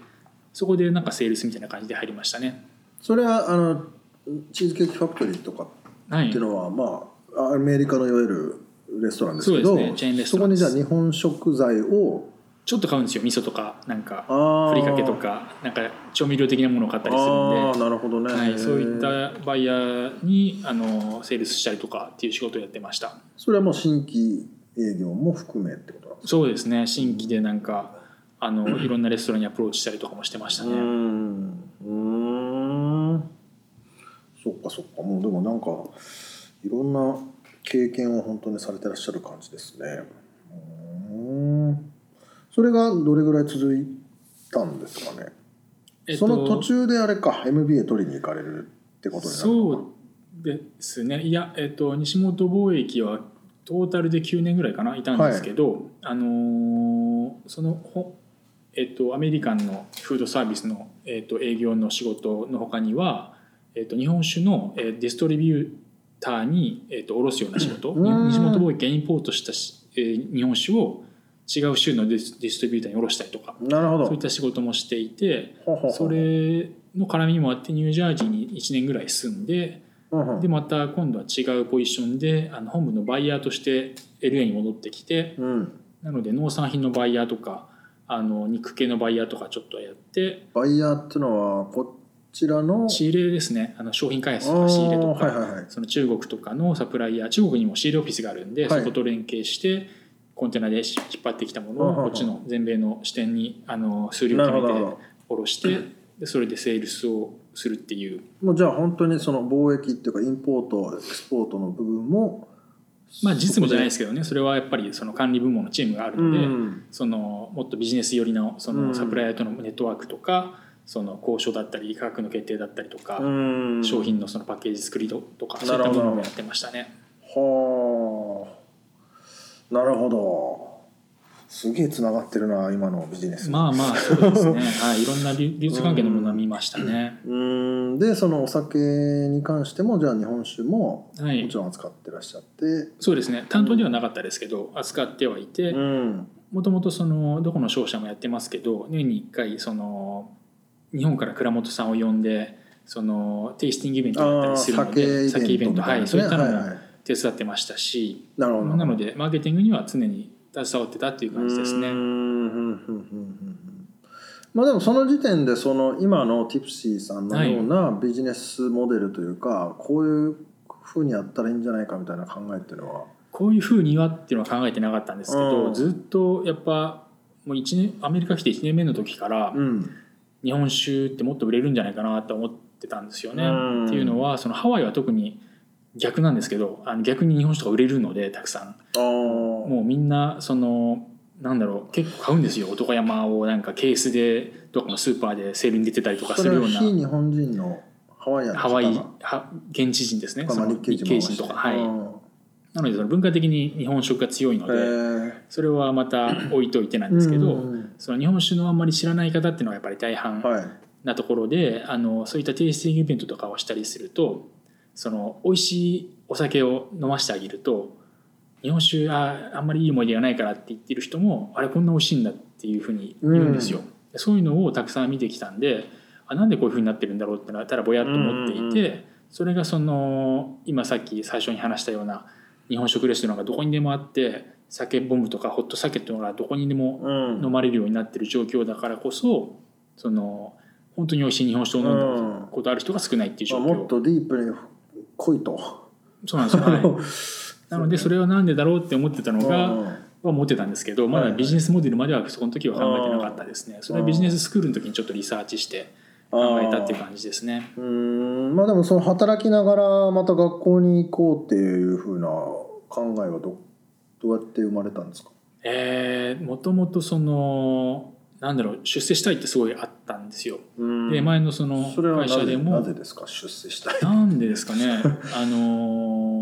Speaker 3: そこでなんかセールスみたいな感じで入りましたね。
Speaker 2: それはあのチーズケーキファクトリーとか
Speaker 3: は
Speaker 2: っ
Speaker 3: い
Speaker 2: ていうのは、まあアメリカのいわゆるレストランですけ
Speaker 3: そ
Speaker 2: ど
Speaker 3: うですねチェーンレス
Speaker 2: そ
Speaker 3: ト
Speaker 2: こ
Speaker 3: ラン
Speaker 2: に
Speaker 3: です
Speaker 2: じゃあ日本食材を
Speaker 3: ちょっと買うんですよ味噌とかなんか
Speaker 2: あー
Speaker 3: ふりかけとかなんか調味料的なものを買ったりする
Speaker 2: あ
Speaker 3: ん
Speaker 2: ー
Speaker 3: で。
Speaker 2: なるほどね、
Speaker 3: はい、そういったバイヤーにあのセールスしたりとかっていう仕事をやってました
Speaker 2: それはもう新規営業も含めってことなんですか
Speaker 3: そうですね新規でなんかあのいろんなレストランにアプローチしたりとかもしてましたね、
Speaker 2: んうんそっかそっかもうでもなんかいろんな経験を本当にされてらっしゃる感じですねうんそれがどれぐらい続いたんですかね
Speaker 3: えっと
Speaker 2: その途中であれか MBA 取りに行かれるってことになるのか
Speaker 3: そうですねいや、えっと、西本貿易はトータルで9年ぐらいかないたんですけど、あのーそのほ、えっと、アメリカンのフードサービスの、えっと、営業の仕事のほかには、えっと、日本酒の、えーディストリビューターに、えっと、卸すような仕事
Speaker 2: うん
Speaker 3: に西本貿易がインポートしたし、えー日本酒を違う州のディスディストリビューターに卸したりとか
Speaker 2: なるほ
Speaker 3: そういっ
Speaker 2: ど
Speaker 3: た仕事もしていて。
Speaker 2: ほうほうほう
Speaker 3: それの絡みもあってニュージャージーに1年ぐらい住んで
Speaker 2: うんうん
Speaker 3: でまた今度は違うポジションであの本部のバイヤーとして LA に戻ってきて
Speaker 2: うん
Speaker 3: なので農産品のバイヤーとかあの肉系のバイヤーとかちょっとやって
Speaker 2: バイヤーってのはこちらの
Speaker 3: 仕入れですねあの商品開発とか仕入れとか、
Speaker 2: あーはいはいはい
Speaker 3: その中国とかのサプライヤー中国にも仕入れオフィスがあるんで、
Speaker 2: はい
Speaker 3: そこと連携してコンテナでし引っ張ってきたもの
Speaker 2: あはは
Speaker 3: をこっちの全米の支店にあの数量
Speaker 2: な
Speaker 3: を
Speaker 2: るほ
Speaker 3: 貯
Speaker 2: どなるほ
Speaker 3: めて卸してでそれでセールスをするっていう。
Speaker 2: どもうじゃあ本当にその貿易っていうかインポートエクスポートの部分も
Speaker 3: まあ、実務じゃないですすけどねそれはやっぱりその管理部門のチームがある
Speaker 2: う
Speaker 3: ので、
Speaker 2: ん
Speaker 3: そのもっとビジネス寄りのそ
Speaker 2: うん
Speaker 3: のサプライヤーとのネットワークとかその交渉だったり価格の決定だったりとか、
Speaker 2: うん
Speaker 3: 商品のそのパッケージ作りとか
Speaker 2: な
Speaker 3: そうい
Speaker 2: る
Speaker 3: った
Speaker 2: ほど
Speaker 3: ものもやってましたね。
Speaker 2: はあなるほどすげえつながってるな今のビジネス
Speaker 3: まあまあそうです ね、はい、いろんな流流通関係のものは見ましたね。
Speaker 2: うんでそのお酒に関してもじゃあ日本酒も
Speaker 3: は
Speaker 2: も
Speaker 3: い
Speaker 2: ち、ろん扱ってらっしゃって、
Speaker 3: そうですね担当ではなかったですけど扱ってはいて
Speaker 2: うん
Speaker 3: もともとそのどこの商社もやってますけど年に1回その日本から倉本さんを呼んでそのテイスティングイベントだった
Speaker 2: あ
Speaker 3: り
Speaker 2: ー
Speaker 3: するので
Speaker 2: 酒イベントみた
Speaker 3: はいい
Speaker 2: な
Speaker 3: そういったの
Speaker 2: は
Speaker 3: も
Speaker 2: いはい
Speaker 3: 手伝ってましたし、
Speaker 2: なるほど
Speaker 3: なのでマーケティングには常に携わってたっていう感じです
Speaker 2: うーん
Speaker 3: ね。
Speaker 2: うんうんうんうんまあでもその時点でその今のティプシーさんのようなビジネスモデルというか、こういうふうにやったらいいんじゃないかみたいな考えっていうのは
Speaker 3: こういうふうにはっていうのは考えてなかったんですけ
Speaker 2: うん
Speaker 3: どずっとやっぱもう一年アメリカ来て1年目の時から
Speaker 2: うん
Speaker 3: 日本酒ってもっと売れるんじゃないかなと思ってたんですよね。
Speaker 2: うん
Speaker 3: っていうのはそのハワイは特に逆なんですけどあの逆に日本酒が売れるのでたくさん
Speaker 2: あー
Speaker 3: もうみんなそのなんだろう結構買うんですよ男山をなんかケースでどこのスーパーでセールに出てたりとかす
Speaker 2: それ
Speaker 3: るよ
Speaker 2: は
Speaker 3: うな
Speaker 2: 非日本人のハワイアンの
Speaker 3: ハワイ
Speaker 2: 方が
Speaker 3: は現地人ですね
Speaker 2: とか
Speaker 3: そ
Speaker 2: まあ
Speaker 3: の
Speaker 2: 日
Speaker 3: 日
Speaker 2: 系
Speaker 3: 系
Speaker 2: 人
Speaker 3: 人
Speaker 2: も
Speaker 3: と
Speaker 2: い
Speaker 3: か
Speaker 2: ま
Speaker 3: はい
Speaker 2: し
Speaker 3: なのでその文化的に日本食が強いの
Speaker 2: たね
Speaker 3: で
Speaker 2: うんへ
Speaker 3: それはまた置いといてな
Speaker 2: え
Speaker 3: んですけ
Speaker 2: うんう
Speaker 3: ど
Speaker 2: んうん
Speaker 3: その日本酒のあんまり知らない方っていうのはやっぱり大半
Speaker 2: はい
Speaker 3: なところであのそういったテイスティングイベントとかをしたりするとその美味しいお酒を飲ませてあげると日本酒ああんまりいい思い出がないからって言ってる人もあれこんな美味しいんだっていうふうに言うんですよ、そういうのをたくさん見てきたんであなんでこういうふうになってるんだろうってなったらぼやっと思っていて、
Speaker 2: うんうんう
Speaker 3: それがその今さっき最初に話したような日本食レストランがどこにでもあって酒ボムとかホット酒っていうのがどこにでも
Speaker 2: うん
Speaker 3: 飲まれるようになってる状況だからこそその本当に美味しい日本酒を飲んだことある人が少ないっていう
Speaker 2: ま
Speaker 3: 状
Speaker 2: あ
Speaker 3: 況、
Speaker 2: もっとディープに来いと。
Speaker 3: そうなんです よ、はいなのでそれはなんでだろうって思ってたの
Speaker 2: う
Speaker 3: が
Speaker 2: ん
Speaker 3: は持ってたんですけどまだビジネスモデルまではそこの時は考えてなかったですねそれはビジネススクールの時にちょっとリサーチして考えたっていう感じですね
Speaker 2: うーんまあでもその働きながらまた学校に行こうっていうふうな考えはどどうやって生まれたんですか
Speaker 3: えーもともとそのなんだろう出世したいってすごいあったんですよで前のその
Speaker 2: それは
Speaker 3: 会
Speaker 2: なぜ
Speaker 3: 社で
Speaker 2: な
Speaker 3: も
Speaker 2: ぜですか出世したい
Speaker 3: なんでですかね あのー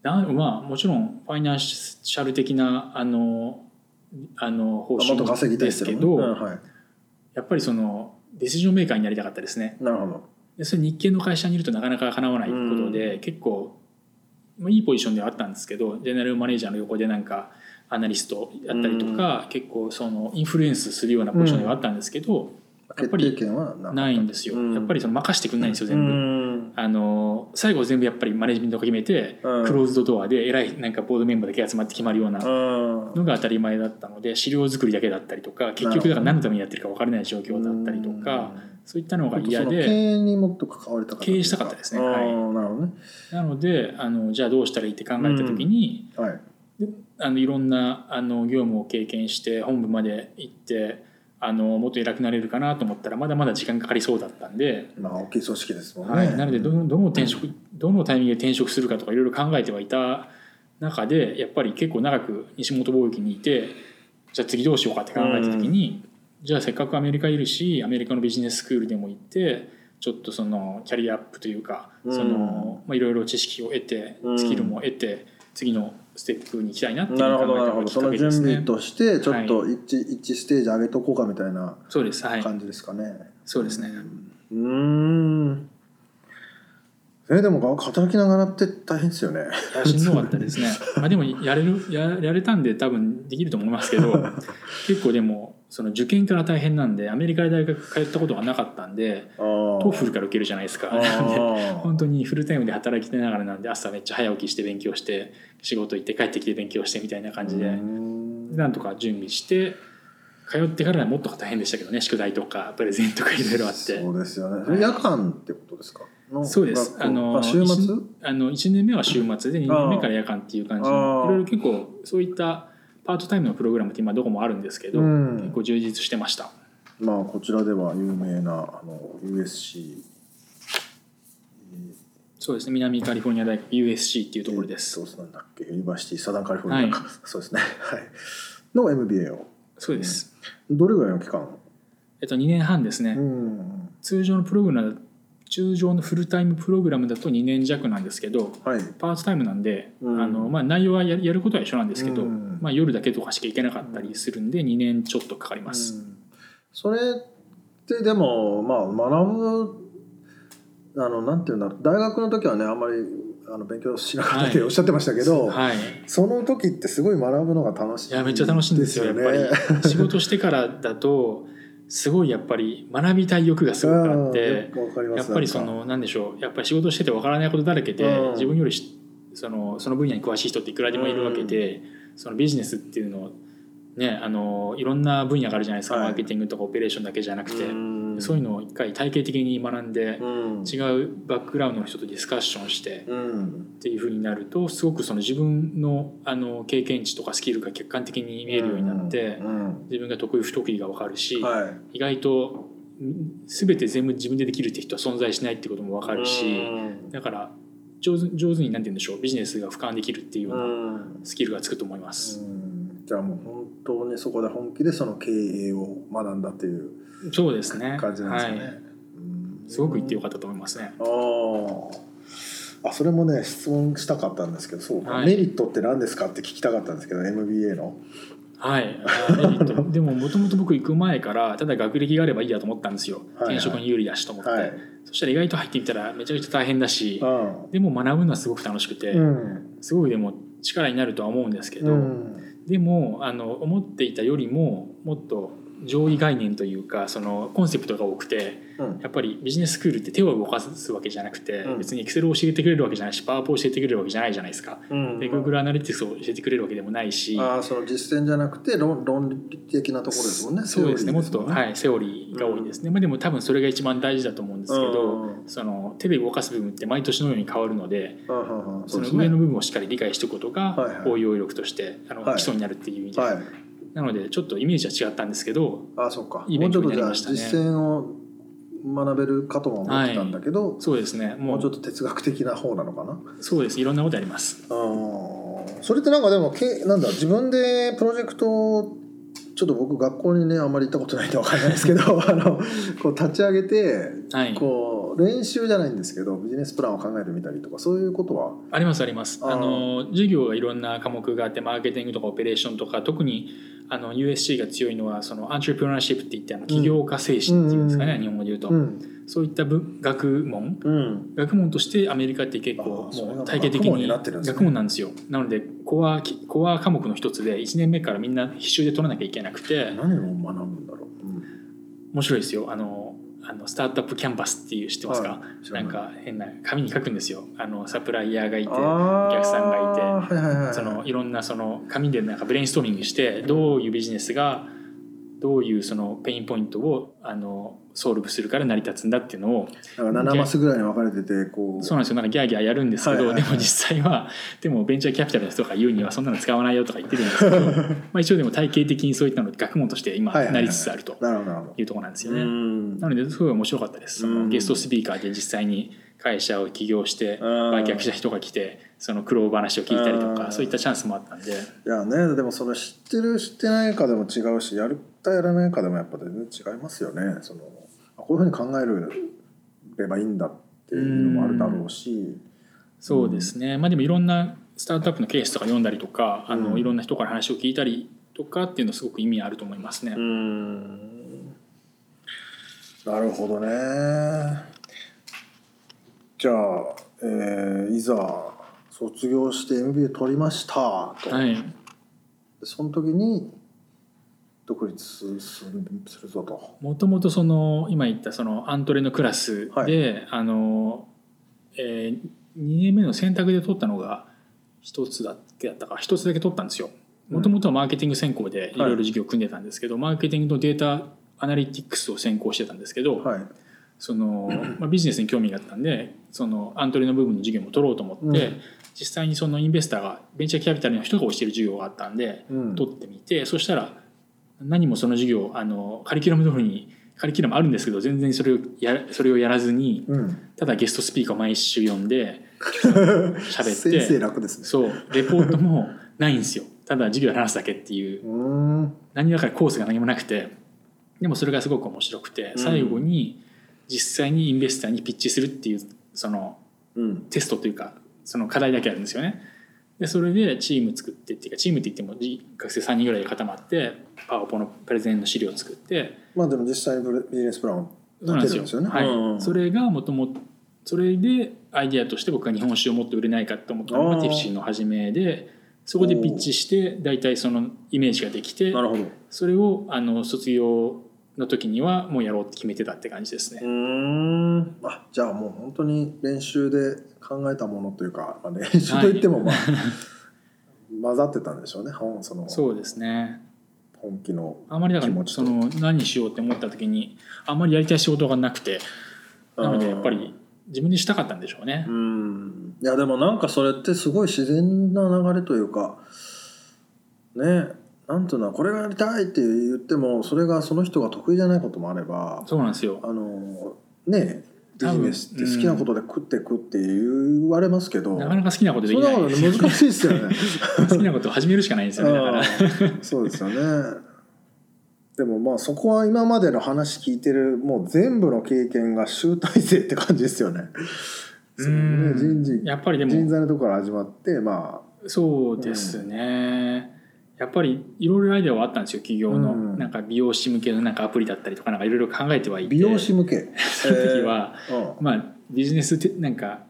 Speaker 3: なんまあもちろんファイナンシャル的なあのあの方
Speaker 2: もっ
Speaker 3: 針
Speaker 2: と稼ぎたい
Speaker 3: で
Speaker 2: ですす
Speaker 3: け
Speaker 2: けど、
Speaker 3: ど、
Speaker 2: うんはい、
Speaker 3: やっぱりそのディシジョンメーカーになりたかったですね
Speaker 2: なるほど
Speaker 3: でそれ日系の会社にいるとなかなか叶わないことで、結構、まあ、いいポジションではあったんですけどジェネラルマネージャーの横でなんかアナリストやったりとか、結構そのインフルエンスするようなポジションではあったんですけど、やっぱ
Speaker 2: 決
Speaker 3: り
Speaker 2: 定権はな
Speaker 3: ないんですよ、
Speaker 2: うん
Speaker 3: やっぱりその任せてくんないんですよ全部、
Speaker 2: 全
Speaker 3: あの最後全部やっぱりマネジメントが決めて、
Speaker 2: うん
Speaker 3: クローズドドアで偉いなんかボードメンバーだけ集まって決まるようなのが当たり前だったので資料作りだけだったりとか結局だから何のためにやってるか分からない状況だったりとか、そういったのが嫌
Speaker 2: 経
Speaker 3: で
Speaker 2: 営にもっと関わりたかったという
Speaker 3: 経営したかったですね
Speaker 2: あー
Speaker 3: はい
Speaker 2: なるほどね
Speaker 3: なのであのじゃあどうしたらいいって考えた時に、
Speaker 2: はい
Speaker 3: あのいろんなあの業務を経験して本部まで行ってあのもっと偉くなれるかなと思ったらまだまだ時間かかりそうだったんで。
Speaker 2: まあ大きい組織ですもんね、
Speaker 3: はい、なのでどのどの転職どのタイミングで転職するかとかいろいろ考えてはいた中でやっぱり結構長く西本貿易にいてじゃあ次どうしようかって考えた時に、じゃあせっかくアメリカいるしアメリカのビジネススクールでも行ってちょっとそのキャリアアップというか
Speaker 2: うん
Speaker 3: そのまあいろいろ知識を得て
Speaker 2: うん
Speaker 3: スキルも得て次のステップに行きたいなっていう
Speaker 2: なる
Speaker 3: の
Speaker 2: ほどなるほ
Speaker 3: を考えたのが
Speaker 2: ど
Speaker 3: きっ
Speaker 2: そ
Speaker 3: か
Speaker 2: の
Speaker 3: けで
Speaker 2: 準
Speaker 3: す
Speaker 2: 備
Speaker 3: ね。
Speaker 2: としてちょっと一,、一ステージ上げとこうかみたいな
Speaker 3: そうですはい
Speaker 2: 感じですかね、
Speaker 3: そうですね
Speaker 2: うーんえーでも働きながらって大変ですよね
Speaker 3: いやしんどかっ たですね。まあでもやれるややれたんで多分できると思いますけど、結構でもその受験から大変なんでアメリカで大学通ったことがなかったんで、ト
Speaker 2: ト
Speaker 3: ーフルから受けるじゃないですか。なんで
Speaker 2: 本
Speaker 3: 本当にフルタイムで働きながらなんで朝めっちゃ早起きして勉強して仕事行って帰ってきて勉強してみたいな感じで、なんとか準備して通ってからはもっと大変でしたけどね宿題とかプレゼントとかいろいろあって
Speaker 2: そうですよねそ
Speaker 3: は
Speaker 2: れ
Speaker 3: い
Speaker 2: 夜間ってことですかの
Speaker 3: そうです
Speaker 2: 学校
Speaker 3: あの
Speaker 2: あ週末
Speaker 3: 一あの1年目は週末で2年目から夜間っていう感じ
Speaker 2: あ
Speaker 3: の
Speaker 2: ー
Speaker 3: いろいろ結構そういったパートタイムのプログラムって今どこもあるんですけど、
Speaker 2: うん
Speaker 3: 結構充実してました
Speaker 2: まあこちらでは有名なあの USC
Speaker 3: そうですね南カリフォルニア大学 USC っていうところです、
Speaker 2: そうですなんだっけユニバーシティサダンカリフォルニアか、
Speaker 3: は
Speaker 2: そうですね はいの MBA を
Speaker 3: そうです、
Speaker 2: どれぐらいの期間
Speaker 3: えっと、2年半ですね、
Speaker 2: うん
Speaker 3: 通常のプログラム通常のフルタイムプログラムだと2年弱なんですけど
Speaker 2: はい
Speaker 3: パートタイムなんで、
Speaker 2: うん
Speaker 3: あのまあ、内容はややることは一緒なんですけど、
Speaker 2: うん
Speaker 3: まあ、夜だけとかしか行けなかったりするんで2年ちょっとかかります、
Speaker 2: うんそれってでもまあ学ぶあのなんていうんだろう大学の時はねあんまりあの勉強しなかったって
Speaker 3: はい
Speaker 2: おっしゃってましたけど、
Speaker 3: はい
Speaker 2: その時ってすごい学ぶのが楽しい
Speaker 3: いやめっちゃ楽しいんですよやっぱ
Speaker 2: ですよね
Speaker 3: り仕事してからだとすごいやっぱり学びたい欲がすごくあっ
Speaker 2: うんよ
Speaker 3: て
Speaker 2: くわかります
Speaker 3: やっぱりそ
Speaker 2: なんか
Speaker 3: のなんでしょうやっぱり仕事しててわからないことだらけで
Speaker 2: うん
Speaker 3: 自分よりしそのその分野に詳しい人っていくらでもいるわけでそのビジネスっていうのをねあのいろんな分野があるじゃないですか
Speaker 2: はい
Speaker 3: マーケティングとかオペレーションだけじゃなくて
Speaker 2: うん
Speaker 3: そういうのを一回体系的に学んで
Speaker 2: うん
Speaker 3: 違うバックグラウンドの人とディスカッションして
Speaker 2: うん
Speaker 3: っていうふうになるとすごくその自分のあの経験値とかスキルが客観的に見えるようになって。
Speaker 2: うん
Speaker 3: 自分が得意不得意が分かるし、
Speaker 2: はい
Speaker 3: 意外とん全て全部自分でできるって人は存在しないってことも分かるし、
Speaker 2: うん
Speaker 3: だから上手上手になんて言うんでしょうビジネスが俯瞰できるっていうようなスキルがつくと思います、
Speaker 2: うんじゃあもう本当にそこで本気でその経営を学んだっていう
Speaker 3: そうですね
Speaker 2: 感じなんですよね、
Speaker 3: はい、
Speaker 2: うん
Speaker 3: すごく言ってよかったと思いますね、
Speaker 2: あああそれもね質問したかったんですけどそうか、
Speaker 3: はい
Speaker 2: メリットって何ですかって聞きたかったんですけど MBA の
Speaker 3: はいあーメリットでももともと僕行く前からただ学歴があればいいやと思ったんですよ
Speaker 2: はいはい
Speaker 3: 転職に有利だしと思って、
Speaker 2: はい、
Speaker 3: そしたら意外と入ってみたらめちゃくちゃ大変だし
Speaker 2: うん
Speaker 3: でも学ぶのはすごく楽しくて、
Speaker 2: うん
Speaker 3: すごいでも力になるとは思うんですけど、
Speaker 2: うん
Speaker 3: でもあの思っていたよりももっと上位概念というかそのコンセプトが多くて
Speaker 2: うん
Speaker 3: やっぱりビジネススクールって手を動かすわけじゃなくて、
Speaker 2: うん
Speaker 3: 別にエクセルを教えてくれるわけじゃないしパワーポを教えてくれるわけじゃないじゃないですか。
Speaker 2: うん
Speaker 3: で Google アナリティクスを教えてくれるわけでもないし、
Speaker 2: ああその実践じゃなくて論論理的なところですもんね
Speaker 3: そうですねもっと、
Speaker 2: い
Speaker 3: はい、セオリーが多いですね、まあ、でも多分それが一番大事だと思うんですけど、
Speaker 2: うん
Speaker 3: その手で動かす部分って毎年のように変わるので
Speaker 2: うんうんうん
Speaker 3: その
Speaker 2: うで
Speaker 3: 上
Speaker 2: す
Speaker 3: の
Speaker 2: ね
Speaker 3: 部分をしっかり理解しておくことが、
Speaker 2: はいはい
Speaker 3: 応用力としてあの、
Speaker 2: はい
Speaker 3: 基礎になるっていう意味で、
Speaker 2: はい
Speaker 3: なのでちょっとイメージは違ったんですけど
Speaker 2: ああそうか
Speaker 3: いい
Speaker 2: もう
Speaker 3: 勉
Speaker 2: ちょ
Speaker 3: 強
Speaker 2: っと
Speaker 3: にな
Speaker 2: じ
Speaker 3: り
Speaker 2: ゃあ
Speaker 3: ました
Speaker 2: 実
Speaker 3: ね
Speaker 2: 践を学べるかとは思ってたんだけど、
Speaker 3: そうですねも
Speaker 2: も
Speaker 3: う
Speaker 2: うちょっと哲学的な方なのかな
Speaker 3: そうですいろんなことあります
Speaker 2: あーそれってなんかでもけなんだ自分でプロジェクトをちょっと僕学校にねあんまり行ったことないんでわかんないです けどあのこう立ち上げて
Speaker 3: はい
Speaker 2: こう練習じゃないんですけどビジネスプランを考えてみたりとかそういうことは
Speaker 3: ありますあります
Speaker 2: あー
Speaker 3: あの授業はいろんな科目があってマーケティングとかオペレーションとか特にあの USC が強いのはそのアントレプロナーシップって言ってあの起業家精神っていうんですかね、
Speaker 2: うん
Speaker 3: 日本語で言うと、
Speaker 2: うん
Speaker 3: そういった分学問
Speaker 2: うん
Speaker 3: 学問としてアメリカって結
Speaker 2: あ
Speaker 3: 構
Speaker 2: ーそれが
Speaker 3: もう体系的に
Speaker 2: 学問になってるんですね
Speaker 3: 学問なんですよなのでコアコア科目の一つで1年目からみんな必修で取らなきゃいけなくて
Speaker 2: 何を学ぶんだろう、うん
Speaker 3: 面白いですよあのあのスタートアップキャンバスっていう知ってますか、
Speaker 2: はい知ら
Speaker 3: な
Speaker 2: ない
Speaker 3: んか変な紙に書くんですよあのサプライヤーがいて
Speaker 2: あー
Speaker 3: お客さんがいて
Speaker 2: はいはいはい
Speaker 3: そのいろんなその紙でなんかブレインストーミングしてどういうビジネスがどういうそのペインポイントをあのソルブするから成り立つんだっていうのを
Speaker 2: なんか7マスぐらいに分かれててこう
Speaker 3: そうなんですよなんかギャーギャーやるんですけ
Speaker 2: は
Speaker 3: ど、
Speaker 2: いはいはい
Speaker 3: でも実際はでもベンチャーキャピタルの人が言うにはそんなの使わないよとか言ってるんです けどまあ一応でも体系的にそういったのが学問として今
Speaker 2: はいはいは
Speaker 3: ないりつつあると
Speaker 2: なるほどなるほ
Speaker 3: いうところなんです
Speaker 2: ど
Speaker 3: よね。
Speaker 2: うん
Speaker 3: なのですごい面白かったです、そうの
Speaker 2: ん
Speaker 3: ゲストスピーカーで実際に会社を起業して
Speaker 2: うん
Speaker 3: 売却した人が来てその苦労話を聞いたりと
Speaker 2: う
Speaker 3: か
Speaker 2: ん
Speaker 3: そういったチャンスもあったんで
Speaker 2: いやねでもその知ってる知ってないかでも違うしやるかやらないかでもやっぱ全然違いますよねそのあこういうふうに考えればいいんだっていうのもあるだろうし
Speaker 3: そうですね、まあでもいろんなスタートアップのケースとか読んだりとかあの、
Speaker 2: うん
Speaker 3: いろんな人から話を聞いたりとかっていうのはすごく意味あると思いますね。
Speaker 2: んなるほどねじゃあ、えーいざ卒業して MBA 取りましたと、
Speaker 3: はい
Speaker 2: でその時に独立するするぞと。
Speaker 3: もともとその今言ったそのアントレのクラスで、
Speaker 2: は
Speaker 3: あのえ2年目の選択で取ったのが一つだけだったか一つだけ取ったんですよ。
Speaker 2: うん
Speaker 3: もともとはマーケティング専攻でいろいろ授業を組んでたんですけど、マーケティングとデータアナリティクスを専攻してたんですけど、
Speaker 2: はい、
Speaker 3: そのまあ、ビジネスに興味があったんでそのアントレの部分の授業も取ろうと思って、
Speaker 2: うん
Speaker 3: 実際にそのインベスターがベンチャーキャピタルの人が教えてる授業があったんで、
Speaker 2: うん
Speaker 3: 取ってみてそしたら何もその授業あのカリキュラム通りにカリキュラムあるんですけど全然それをやそれをやらずに
Speaker 2: うん
Speaker 3: ただゲストスピーカーを毎週呼んで喋っ
Speaker 2: 先生
Speaker 3: て
Speaker 2: 楽ですね
Speaker 3: そうレポートもないんですよただ授業で話すだけってい
Speaker 2: う
Speaker 3: う
Speaker 2: ーん
Speaker 3: 何らかのコースが何もなくてでもそれがすごく面白くて
Speaker 2: うん
Speaker 3: 最後に実際にインベスターにピッチするっていうその
Speaker 2: うん
Speaker 3: テストというかその課題だけあるんですよね。でそれでチーム作ってっていうかチームって言ってもじ学生3人ぐらいで固まってパワポのプレゼンの資料を作って
Speaker 2: まあでも実際にブレビジネスプランを
Speaker 3: そうなん
Speaker 2: 立
Speaker 3: です
Speaker 2: てる
Speaker 3: よ
Speaker 2: んですよね
Speaker 3: はい
Speaker 2: うん
Speaker 3: それがもともとそれでアイディアとして僕は日本酒をもっと売れないかと思ったの
Speaker 2: あー
Speaker 3: がティフシーの始めでそこでピッチして大体そのイメージができて
Speaker 2: なるほどう
Speaker 3: それをあの卒業の時にはもうやろうって決めてたって感じですね。
Speaker 2: ーんあじゃあもう本当に練習で考えたものというか、まあ、練習といってもまあ、混ざってたんでしょうね本その
Speaker 3: そうですね
Speaker 2: 本気の
Speaker 3: あまりだか
Speaker 2: 気持
Speaker 3: ら
Speaker 2: ち
Speaker 3: そ
Speaker 2: と
Speaker 3: の何しようって思った時にあんまりやりたい仕事がなくてなので
Speaker 2: うん
Speaker 3: やっぱり自分でしたかったんでしょうね
Speaker 2: う。んいやでもなんかそれってすごい自然な流れというかねなんていうのはこれがやりたいって言ってもそれがその人が得意じゃないこともあれば
Speaker 3: そうなんですよ
Speaker 2: あのねビ
Speaker 3: 多
Speaker 2: ジ
Speaker 3: 分
Speaker 2: ネスって好きなことで食って食って言われますけど、
Speaker 3: なかなか好きなことで
Speaker 2: そん
Speaker 3: き
Speaker 2: な
Speaker 3: ない
Speaker 2: ことね難しいですよ ね。
Speaker 3: 好きなことを始めるしかないんですよねだから。
Speaker 2: うんそうですよね。でもまあそこは今までの話聞いてるもう全部の経験が集大成って感じですよね。そう
Speaker 3: う
Speaker 2: ね人
Speaker 3: ん
Speaker 2: 事
Speaker 3: やっぱりで
Speaker 2: 人
Speaker 3: も
Speaker 2: 材のところから始まってま
Speaker 3: そうですね、やっぱりいろいろアイデアはあったんですよ企業の、
Speaker 2: うん
Speaker 3: なんか美容師向けのなんかアプリだったりとかなんかいろいろ考えては
Speaker 2: あ
Speaker 3: いて
Speaker 2: 美容師向 け
Speaker 3: その時は、
Speaker 2: うん
Speaker 3: まあ、ビジネスってなんか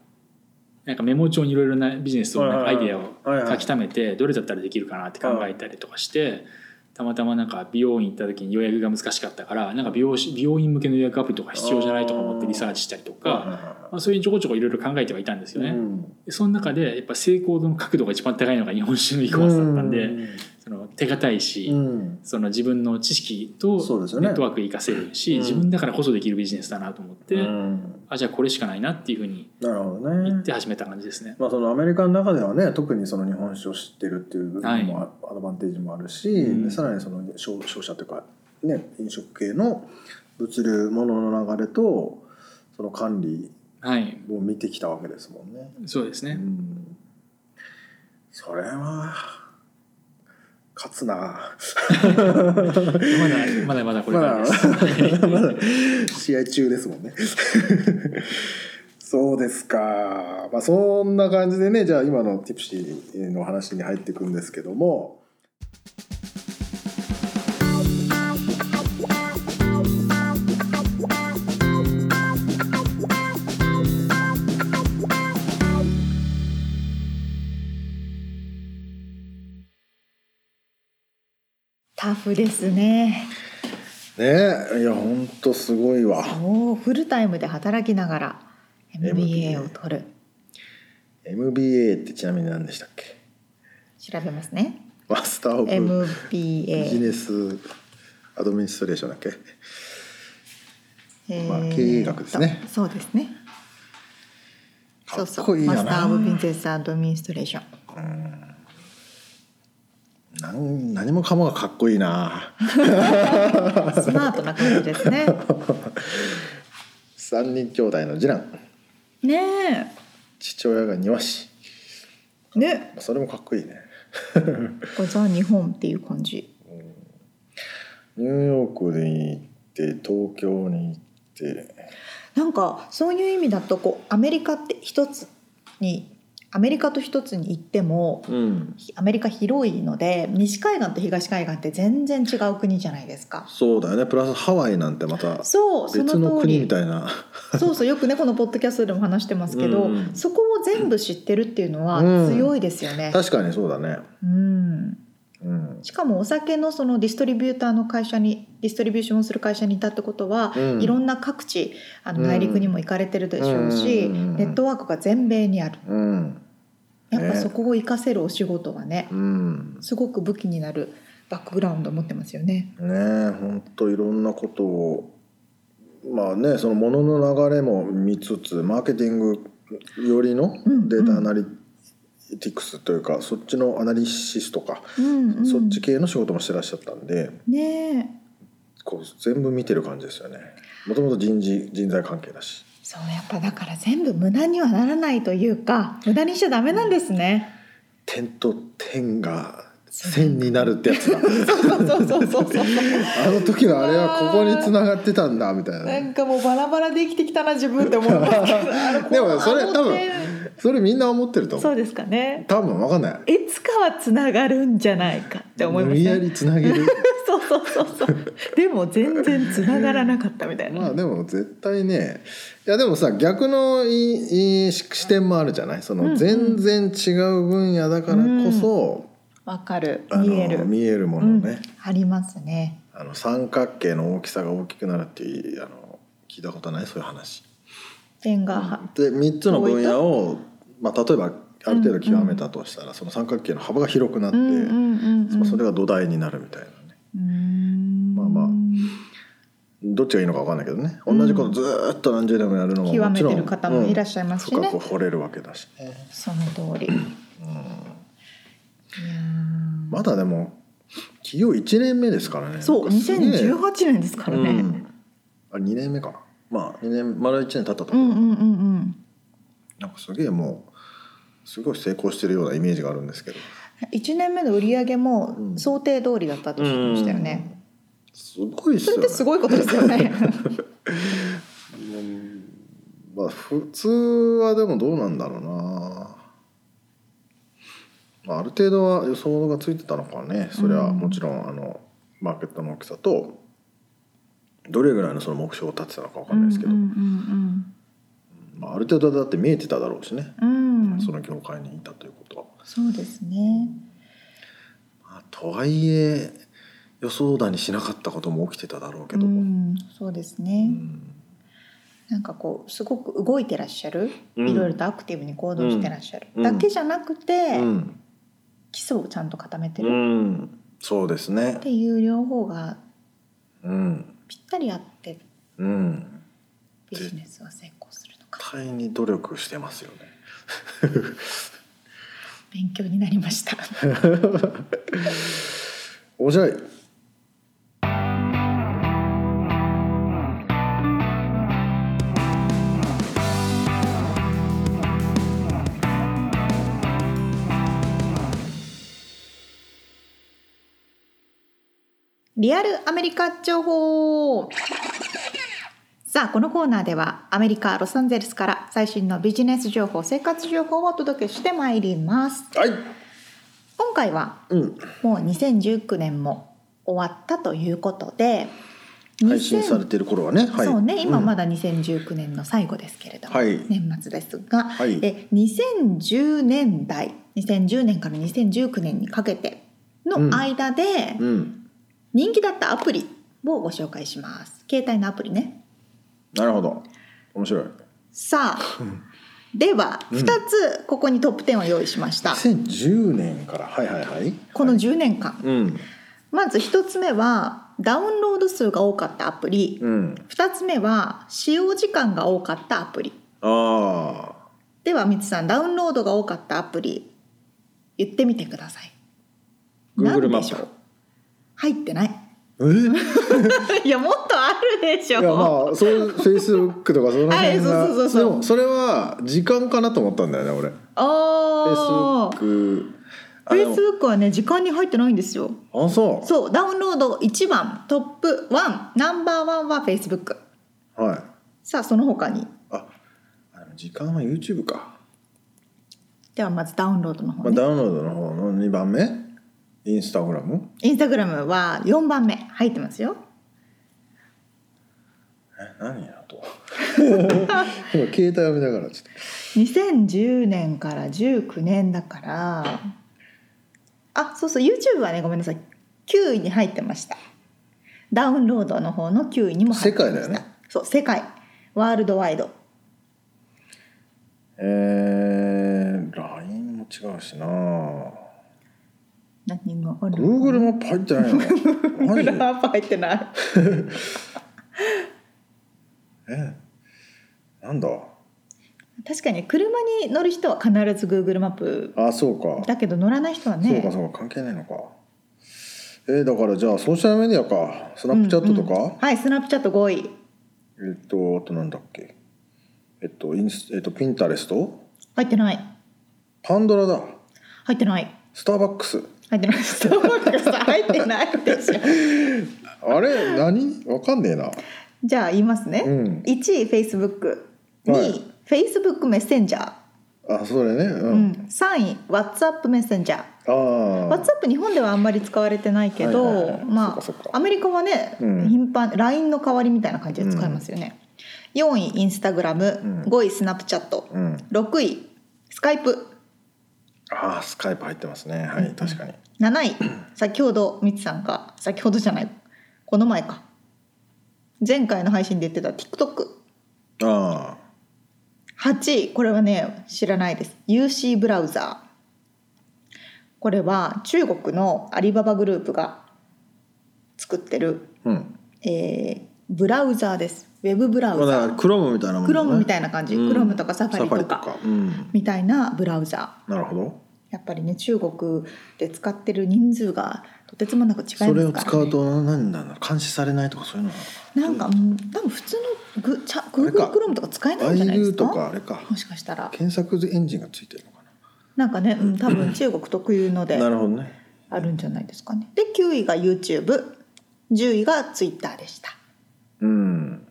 Speaker 3: なんかメモ帳にいろいろなビジネスのなんか
Speaker 2: は
Speaker 3: ア
Speaker 2: い
Speaker 3: イ
Speaker 2: はい
Speaker 3: デ
Speaker 2: はい
Speaker 3: ア
Speaker 2: はい
Speaker 3: を
Speaker 2: はい
Speaker 3: 書き溜めてどれだったらできるかなって考えたりとかしてたまたまなんか美容院行った時に予約が難しかったからなんか美容師美容院向けの予約アプリとか必要じゃないとか思ってリサーチしたりとかまあ、そういうちょこちょこいろいろ考えてはいたんですよね、でその中でやっぱ成功度の角度が一番高いのが日本酒のイコマスだったんで、その手堅いし、
Speaker 2: うん
Speaker 3: その自分の知識とネ
Speaker 2: そうですよね
Speaker 3: ットワーク活かせるし、
Speaker 2: うん
Speaker 3: 自分だからこそできるビジネスだなと思って、
Speaker 2: うん
Speaker 3: あじゃあこれしかないなっていうふうに
Speaker 2: なるほどね
Speaker 3: 言って始めた感じですね。
Speaker 2: まあ、そのアメリカの中ではね特にその日本酒を知ってるっていう部分もあアドバンテージもあるし、
Speaker 3: うん
Speaker 2: でさらにその商商社というか、ね、飲食系の物流物の流れとその管理
Speaker 3: はい、
Speaker 2: を見てきたわけですもんね。
Speaker 3: そうです
Speaker 2: う
Speaker 3: ね。
Speaker 2: ん、それは勝つな
Speaker 3: まだまだまだこれからです。
Speaker 2: まだ試合中ですもんね。そうですか。まあそんな感じでね、じゃあ今のティプシーの話に入っていくんですけども、
Speaker 1: タフですね
Speaker 2: ね、いや本当すごいわ。
Speaker 1: もうフルタイムで働きながら
Speaker 2: MBA
Speaker 1: MBA を取る
Speaker 2: MBA ってちなみに何でしたっけ？
Speaker 1: 調べますね
Speaker 2: マスターオブビジ
Speaker 1: MBA、
Speaker 2: ネスアドミニストレーションだっけ？
Speaker 1: え
Speaker 2: まあ経営学ですね
Speaker 1: そうですね
Speaker 2: かっ
Speaker 1: そうそ
Speaker 2: こ
Speaker 1: う
Speaker 2: いいよ
Speaker 1: マ
Speaker 2: な
Speaker 1: スター・オブ・ビジネス・アドミニストレーション
Speaker 2: なん何もかもがかっこいいな。
Speaker 1: スマートな感じです ね
Speaker 2: 三人兄弟の次男、
Speaker 1: ね
Speaker 2: 父親が庭師。
Speaker 1: えね
Speaker 2: それもかっこいいね。
Speaker 1: これザ・日本っていう感じ
Speaker 2: ニューヨークに行って東京に行って
Speaker 1: なんかそういう意味だとこうアメリカって一つにアメリカと一つに行っても
Speaker 2: うん
Speaker 1: アメリカ広いので西海岸と東海岸って全然違う国じゃないですか。
Speaker 2: そうだよねプラスハワイなんてまた
Speaker 1: そうそ
Speaker 2: 別
Speaker 1: の
Speaker 2: の
Speaker 1: 通
Speaker 2: 国み
Speaker 1: り
Speaker 2: たいな
Speaker 1: そうそうよくねこのポッドキャストでも話してますけど、
Speaker 2: うん
Speaker 1: そこを全部知ってるっていうのは
Speaker 2: うん
Speaker 1: 強いですよね。
Speaker 2: 確かにそうだね
Speaker 1: うん
Speaker 2: うん
Speaker 1: しかもお酒のそのディストリビューターの会社にディストリビューションをする会社にいたってことは、
Speaker 2: うん
Speaker 1: いろんな各地あの
Speaker 2: うん
Speaker 1: 内陸にも行かれてるでしょうし、
Speaker 2: うん
Speaker 1: ネットワークが全米にある
Speaker 2: うん
Speaker 1: やっぱ
Speaker 2: ね
Speaker 1: そこを活かせるお仕事はね
Speaker 2: うん
Speaker 1: すごく武器になるバックグラウンドを持ってますよね。
Speaker 2: ねえほんといろんなことをまあねその物の流れも見つつマーケティングよりの
Speaker 1: うん
Speaker 2: データアナリティクスというか、そっちのアナリシスとか、
Speaker 1: うんうん、
Speaker 2: そっち系の仕事もしてらっしゃったんで
Speaker 1: ねえ
Speaker 2: こう全部見てる感じですよねもともと人事人材関係だし
Speaker 1: そうやっぱだから全部無駄にはならないというか無駄にしちゃダメなんです ね。
Speaker 2: 点と点が
Speaker 1: そう
Speaker 2: 線になるってや つだ
Speaker 1: そうそうそうそうそう
Speaker 2: あの時のあれはここに繋がってたんだみた
Speaker 1: ない
Speaker 2: なん
Speaker 1: かもうバラバラで生きてきたな自分って思いますけどあの
Speaker 2: でもそれ
Speaker 1: あの
Speaker 2: 多分
Speaker 1: ね
Speaker 2: それみんな思ってると
Speaker 1: そ
Speaker 2: 思
Speaker 1: う
Speaker 2: う
Speaker 1: ですかね
Speaker 2: 多分分かんない
Speaker 1: いつかはつながるんじゃないかって思いま
Speaker 2: 無理
Speaker 1: し
Speaker 2: や
Speaker 1: た、ね、
Speaker 2: り繋げる
Speaker 1: そうそうそうそうでも全然つながらなかったみたいな、
Speaker 2: まあでも絶対ねいやでもさ逆のいい視点もあるじゃないそ
Speaker 1: うんう
Speaker 2: の
Speaker 1: ん
Speaker 2: 全然違う分野だからこそ、
Speaker 1: わかる
Speaker 2: あの
Speaker 1: 見える
Speaker 2: 見えるも
Speaker 1: う
Speaker 2: のを
Speaker 1: ん
Speaker 2: ね、
Speaker 1: ありますね
Speaker 2: あの三角形の大きさが大きくなるっていうあの聞いたことないそういう話。
Speaker 1: 点がは
Speaker 2: で3つの分野を、まあ、例えばある程度極めたとしたら、その三角形の幅が広くなって、
Speaker 1: うんうんうんうん
Speaker 2: まあそれが土台になるみたいなね
Speaker 1: うーん
Speaker 2: まあまあどっちがいいのか分かんないけどね同
Speaker 1: ん
Speaker 2: じことずーっと何十年もやるのも
Speaker 1: 極
Speaker 2: も
Speaker 1: め
Speaker 2: ちろん
Speaker 1: てる方もいらっ
Speaker 2: ゃ
Speaker 1: しゃい
Speaker 2: い
Speaker 1: ますしね、
Speaker 2: 深く掘れるわけだしね、
Speaker 1: その通りいやー
Speaker 2: まだでも企業1年目ですからね
Speaker 1: そう
Speaker 2: なんかすげえ
Speaker 1: 2018年ですからね、
Speaker 2: うんあ2年目かなまあ2年丸1年経ったとこ
Speaker 1: う
Speaker 2: ろ、
Speaker 1: んうんうんうん
Speaker 2: なんかすげえもうすごい成功してるようなイメージがあるんですけど
Speaker 1: 1年目の売り上げ
Speaker 2: う
Speaker 1: も
Speaker 2: ん
Speaker 1: 想定通りだったって聞きましたよね、
Speaker 2: すごいっす
Speaker 1: そ
Speaker 2: よ
Speaker 1: れっ
Speaker 2: ね
Speaker 1: てすごいことですよね
Speaker 2: まあ普通はでもどうなんだろうな、まあ、ある程度は予想がついてたのかねそれは
Speaker 1: うん
Speaker 2: もちろんあのマーケットの大きさとどれぐらいのその目標を立てたのかわかんないですけど、
Speaker 1: うんうん
Speaker 2: まあ、ある程度だって見えてただろうしね、
Speaker 1: うんうん、うん、
Speaker 2: そ
Speaker 1: そ
Speaker 2: の業界にいたということは。
Speaker 1: うですね
Speaker 2: まあとはいえ予想だにしなかったことも起きてただろうけ
Speaker 1: う
Speaker 2: ど、
Speaker 1: ん、そうですね、
Speaker 2: うん
Speaker 1: なんかこうすごく動いてらっしゃる、
Speaker 2: うん
Speaker 1: いろいろとアクティブに行動してらっしゃる、
Speaker 2: うん
Speaker 1: だけじゃなくて、
Speaker 2: うん
Speaker 1: 基礎をちゃんと固めて
Speaker 2: う
Speaker 1: る、っ
Speaker 2: ん、そうですね
Speaker 1: ていう両方が
Speaker 2: うん
Speaker 1: ぴったり合って
Speaker 2: うん
Speaker 1: ビジネスは成功するのか
Speaker 2: 絶対に努力してますよね
Speaker 1: 勉強になりました
Speaker 2: 面白い
Speaker 1: リアルアメリカ情報さあこのコーナーではアメリカ・ロサンゼルスから最新のビジネス情報生活情報をお届けしてまいります
Speaker 2: はい
Speaker 1: 今回は
Speaker 2: うん
Speaker 1: もう2019年も終わったということで
Speaker 2: 配信されてる頃はね、はい、
Speaker 1: そうね今ま
Speaker 2: だ、
Speaker 1: だ2019年の最後ですけれども、
Speaker 2: はい
Speaker 1: 年末ですが、
Speaker 2: はい
Speaker 1: え2010年代2010年から2019年にかけての間で
Speaker 2: うん、
Speaker 1: 人気だったアプリをご紹介します携帯のアプリね
Speaker 2: なるほど面白い
Speaker 1: さあでは
Speaker 2: うん
Speaker 1: 2つここにトップ10を用意しました、
Speaker 2: 2010年からはいはいはい
Speaker 1: この10年間、
Speaker 2: うん
Speaker 1: まず1つ目はダウンロード数が多かったアプリ
Speaker 2: うん
Speaker 1: 2つ目は使用時間が多かったアプリ
Speaker 2: ああ
Speaker 1: ではみつさんダウンロードが多かったアプリ言ってみてください
Speaker 2: Google
Speaker 1: 何でしょう入ってない
Speaker 2: えい
Speaker 1: いやもっとあるでしょ
Speaker 2: やまあそういうフェイスブックとかその辺が
Speaker 1: あそうそうそうそう
Speaker 2: でもそれは時間かなと思ったんだよね俺フェイスブ
Speaker 1: おー
Speaker 2: ック
Speaker 1: フェイスブックはね時間に入ってないんですよ
Speaker 2: あそ
Speaker 1: そうダウンロード1番トップ1ナンバーワンはフェイスブック
Speaker 2: うはい
Speaker 1: さあその他に
Speaker 2: ああの時間は YouTube か、
Speaker 1: ではまずダウンロードの方、
Speaker 2: まあ、
Speaker 1: ね
Speaker 2: ダウンロードの方の2番目インスタグラム
Speaker 1: インスタグラムは4番目入ってますよ
Speaker 2: え何やと 今携帯を見ながらちょっ
Speaker 1: 2010年から19年だからあそうそう YouTube はねごめんなさい9位に入ってましたダウンロードの方の9位にも入ってました
Speaker 2: 世界だよね
Speaker 1: そう世界ワールドワイド
Speaker 2: とえー、LINE も違うしな
Speaker 1: 何がある
Speaker 2: Google マップ入ってないのマ ジ
Speaker 1: Google マップ入ってない
Speaker 2: えなんだ
Speaker 1: 確かに車に乗る人は必ず Google マップ
Speaker 2: あそうか
Speaker 1: だけど乗らない人は
Speaker 2: そう
Speaker 1: ね
Speaker 2: かそうか関係ないのかえー、だからじゃあソーシャルメディアかスナップチャットとか、
Speaker 1: うんうんはいスナップチャット5位
Speaker 2: えっとあとなんだっけえっとインスえっとピンタレスト
Speaker 1: 入ってない
Speaker 2: パンドラだ
Speaker 1: 入ってない
Speaker 2: スターバックス
Speaker 1: 入って ないスターバックス入ってないでしょ
Speaker 2: あれ何わかんねえな
Speaker 1: じゃあ言いますね、
Speaker 2: うん
Speaker 1: 1位 Facebook2 位、
Speaker 2: はい
Speaker 1: Facebook メッセンジャー、
Speaker 2: あそれねう、
Speaker 1: うんん、3位 WhatsApp メッセンジャー
Speaker 2: ああ
Speaker 1: WhatsApp 日本ではあんまり使われてないけど、
Speaker 2: はいはいはい
Speaker 1: ま
Speaker 2: そっかそっ
Speaker 1: あ
Speaker 2: か
Speaker 1: アメリカはね、
Speaker 2: うん
Speaker 1: 頻繁 LINE の代わりみたいな感じで使いますよね、4位 Instagram5、
Speaker 2: うん
Speaker 1: 5位スナップチャット
Speaker 2: うん
Speaker 1: 6位 Skype7
Speaker 2: ああスカイプ入ってますねはい、
Speaker 1: うん
Speaker 2: 確かに
Speaker 1: 位先ほどみつさんが先ほどじゃないこの前か前回の配信で言ってた TikTok
Speaker 2: ああ
Speaker 1: 8位これはね知らないです UC ブラウザーこれは中国のアリババグループが作ってる、
Speaker 2: うん
Speaker 1: えーブラウザーですウェブブラウ
Speaker 2: まあ
Speaker 1: ザ
Speaker 2: だ
Speaker 1: ー、
Speaker 2: からクロムみたいなもん
Speaker 1: ク
Speaker 2: だ
Speaker 1: ロ
Speaker 2: ね
Speaker 1: ームみたいな感じ、
Speaker 2: うん
Speaker 1: クロームとかサファリとか
Speaker 2: サファリとかうん
Speaker 1: みたいなブラウザ
Speaker 2: なるほど
Speaker 1: ーやっぱりね中国で使ってる人数がとてつもなく違いますから、ね、
Speaker 2: それを使うと何なんだろう監視されないとかそういうの
Speaker 1: なんかうん多分普通のグチャ
Speaker 2: れか
Speaker 1: Google クロームとか使えないんじゃないです
Speaker 2: IU と
Speaker 1: か
Speaker 2: かあれか
Speaker 1: もしかしたら
Speaker 2: 検索エンジンがついてるのか
Speaker 1: なんかね、うん、多分中国特有ので
Speaker 2: ななるほどね
Speaker 1: あるんじゃないですかね。で9位が YouTube10 位が Twitter でした。
Speaker 2: うん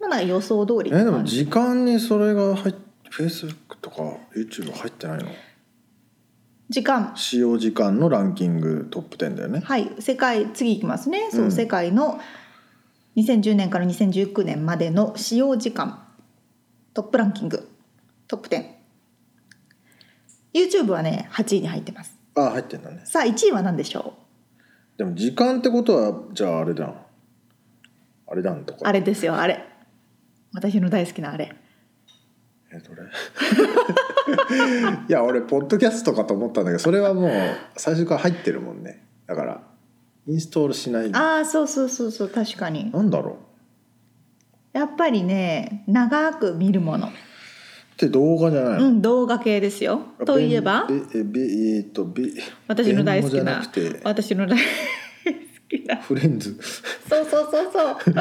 Speaker 1: まあなんか予想通りって
Speaker 2: えでも
Speaker 1: 感じ
Speaker 2: 時間にそれが入っフェイスブックとか YouTube 入ってないの
Speaker 1: 時間
Speaker 2: 使用時間のランキングトップ10だよね
Speaker 1: はい世界次いきますねそう、
Speaker 2: うん
Speaker 1: 世界の2010年から2019年までの使用時間トップランキングトップ 10YouTube はね8位に入ってます
Speaker 2: あ入ってんだね
Speaker 1: さあ1位は何でしょ
Speaker 2: でも時間ってことはじゃああれだんあれだんとか
Speaker 1: あれですよあれ私の大好きなあれ
Speaker 2: えどれ いや俺ポッドキャストかと思ったんだけどそれはもう最初から入ってるもんねだからインストールしない
Speaker 1: あ
Speaker 2: な
Speaker 1: あそうそうそうそう確かに
Speaker 2: んだろうっ
Speaker 1: やっぱりね長く見るもの、
Speaker 2: て動画じゃないの、
Speaker 1: うん、動画系ですよといえば
Speaker 2: べえべえーっとべ
Speaker 1: 私の大好き
Speaker 2: 弁護
Speaker 1: な
Speaker 2: じゃなくて
Speaker 1: 私の大好きな
Speaker 2: フレンズ
Speaker 1: そうそうそうそう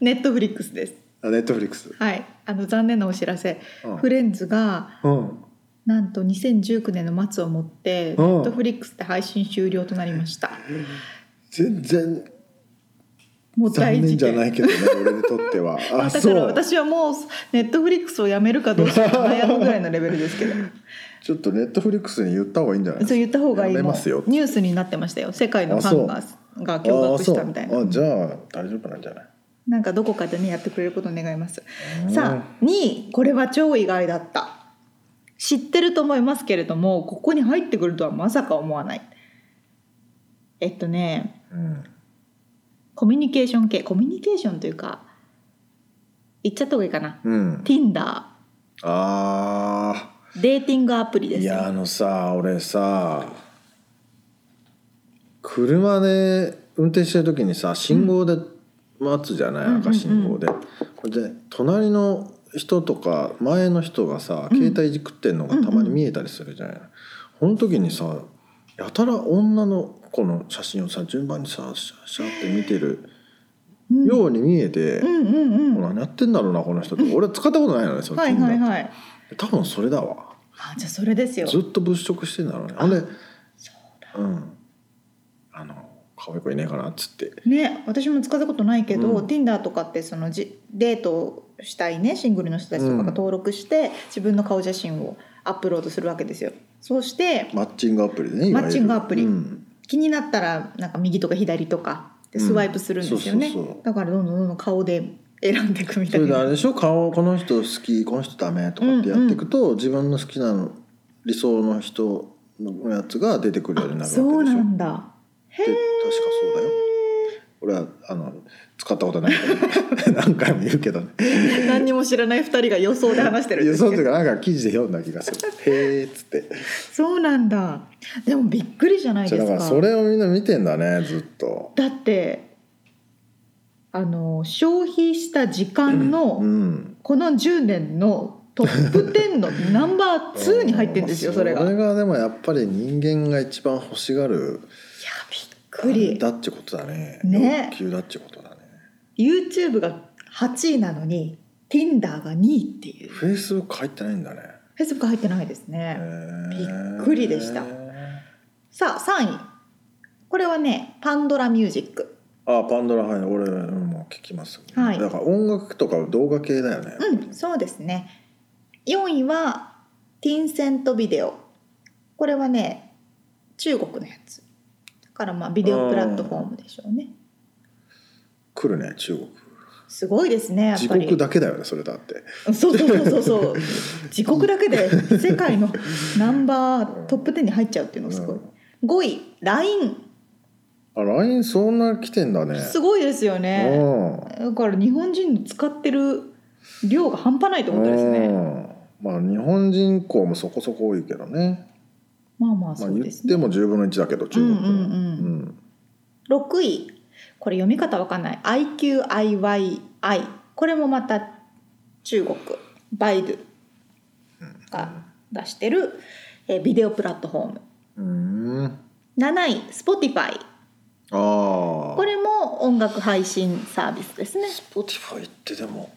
Speaker 1: ネットフリックスです
Speaker 2: ネットフリックス
Speaker 1: はいあの残念なお知らせ、
Speaker 2: うん
Speaker 1: フレンズが
Speaker 2: うん
Speaker 1: なんと2019年の末をもってネ
Speaker 2: うん
Speaker 1: ットフリックスで配信終了となりました、
Speaker 2: 全然
Speaker 1: もう大
Speaker 2: 残
Speaker 1: 事
Speaker 2: 念じゃ
Speaker 1: 件
Speaker 2: ないけどね俺にとっ てはあ
Speaker 1: だ
Speaker 2: そ
Speaker 1: から
Speaker 2: う
Speaker 1: 私はもうネットフリックスをやめるか どうしようか悩むぐらいのレベルですけど
Speaker 2: ちょっとネットフリックスに言った方がいいんじゃない
Speaker 1: そう言った方がいい
Speaker 2: やめ
Speaker 1: もん
Speaker 2: ますよ
Speaker 1: ニュースになってましたよ世界のファンが
Speaker 2: あ
Speaker 1: が驚
Speaker 2: あ
Speaker 1: 愕
Speaker 2: そ
Speaker 1: し
Speaker 2: う
Speaker 1: たみたいな
Speaker 2: あじゃあ大丈夫なんじゃない
Speaker 1: なんかどこかでねやってくれることを願います
Speaker 2: うん
Speaker 1: さあ2位これは超意外だった知ってると思いますけれどもここに入ってくるとはまさか思わないえっとね
Speaker 2: うん
Speaker 1: コミュニケーション系コミュニケーションというか言っちゃった方がいいかな
Speaker 2: うん、
Speaker 1: Tinder
Speaker 2: あ
Speaker 1: デーティングアプリ
Speaker 2: ー
Speaker 1: で
Speaker 2: い
Speaker 1: すよ
Speaker 2: やあのさ俺さ車で運転してる時にさ信号で待つじゃない、
Speaker 1: うん
Speaker 2: 赤信号で、これで隣の人とか前の人がさ
Speaker 1: うん
Speaker 2: 携帯いじくってんのがたまに見えたりするじゃない、この時にさやたら女の子の写真をさ順番にさシャシャって見てる
Speaker 1: うん
Speaker 2: ように見えて、
Speaker 1: うんうんうん
Speaker 2: 何やってんだろうなこの人って俺は使ったことないのねその
Speaker 1: はい
Speaker 2: Tinder
Speaker 1: はいはい
Speaker 2: 多分それだわ
Speaker 1: あじゃあそれですよ
Speaker 2: ずっと物色してんだろうねあれうんあの可愛い子いねえかなっつって
Speaker 1: ね私も使ったことないけど、
Speaker 2: うん
Speaker 1: Tinder とかってそのじデートをしたいねシングルの人たちとかが
Speaker 2: うん
Speaker 1: 登録して、自分の顔写真をアップロードするわけですよそうして
Speaker 2: マッチングアプリでねいわゆる
Speaker 1: マッチングアプリ
Speaker 2: うん
Speaker 1: 気になったらなんか右とか左とかで
Speaker 2: うん
Speaker 1: スワイプするんですよね、
Speaker 2: そうそうそう
Speaker 1: だからどんどんどんどん顔で選んでいくみ
Speaker 2: そ
Speaker 1: たい
Speaker 2: れであれ
Speaker 1: な
Speaker 2: でしょ顔この人好きこの人ダメとかってやっていくと、自分の好きなの理想の人のやつが出てくるようになるわけでしょ
Speaker 1: そうなんだへ
Speaker 2: で
Speaker 1: え
Speaker 2: 確かそうだよ俺はあの使ったことないから 何回も言うけどね
Speaker 1: 何にも知らない2人が予想で話してるん
Speaker 2: い
Speaker 1: で
Speaker 2: や
Speaker 1: す
Speaker 2: そう
Speaker 1: け
Speaker 2: という
Speaker 1: ど
Speaker 2: かなんか記事で読んだ気がする「へえ」っつって
Speaker 1: そうなんだでもびっくりじゃない
Speaker 2: じ
Speaker 1: で
Speaker 2: ゃあ
Speaker 1: す
Speaker 2: だか
Speaker 1: から
Speaker 2: それをみんな見てんだねずっと
Speaker 1: だってあの消費した時間
Speaker 2: う
Speaker 1: の
Speaker 2: ん
Speaker 1: この10年のトップ10の ナンバー2に入ってるんですよそれが。い
Speaker 2: そ
Speaker 1: や
Speaker 2: れ
Speaker 1: びっ
Speaker 2: がでもやっぱり人間が一番欲しがる
Speaker 1: くり
Speaker 2: だってことだね
Speaker 1: ね
Speaker 2: 欲求だってことだね
Speaker 1: YouTube が8位なのに Tinder が2位っていう
Speaker 2: フェイスブック入ってないんだね
Speaker 1: Facebook 入ってないですね。
Speaker 2: び
Speaker 1: びっくりでしたさあ3位これはねパンドラミュージック。
Speaker 2: あパンドラはい俺うんもう聞きます、
Speaker 1: はい
Speaker 2: だから音楽とか動画系だよね、
Speaker 1: うん、そうですね。4位はティンセントビデオ。これはね、中国のやつ。だからまあビデオプラットフォームでしょうね。
Speaker 2: 来るね中国
Speaker 1: すごいですね、やっ
Speaker 2: 地
Speaker 1: ぱり。
Speaker 2: 獄だけだよねそれだって
Speaker 1: そうそうそうそう そう。自国だけで世界のナンバートップ10に入っちゃうっていうのがすごい。5位、LINE。
Speaker 2: あ LINE そんな来てんだね
Speaker 1: すごいですよね。
Speaker 2: う
Speaker 1: だ
Speaker 2: ん
Speaker 1: から日本人の使ってる量が半端ないってことですね。
Speaker 2: うんまあ日本人口もそこそこ多いけどね。
Speaker 1: まあまあ
Speaker 2: ま
Speaker 1: そ
Speaker 2: あ
Speaker 1: う
Speaker 2: 言
Speaker 1: で
Speaker 2: っ
Speaker 1: すね
Speaker 2: て。も10分の1だけど中国は。
Speaker 1: うんうんうん6位これ読み方わかんない IQIYI これもまた中国バイドゥが出してる、えービデオプラットフォーム
Speaker 2: うん。うん
Speaker 1: 7位 Spotify
Speaker 2: ああ。
Speaker 1: これも音楽配信サービスですね
Speaker 2: Spotify ってでも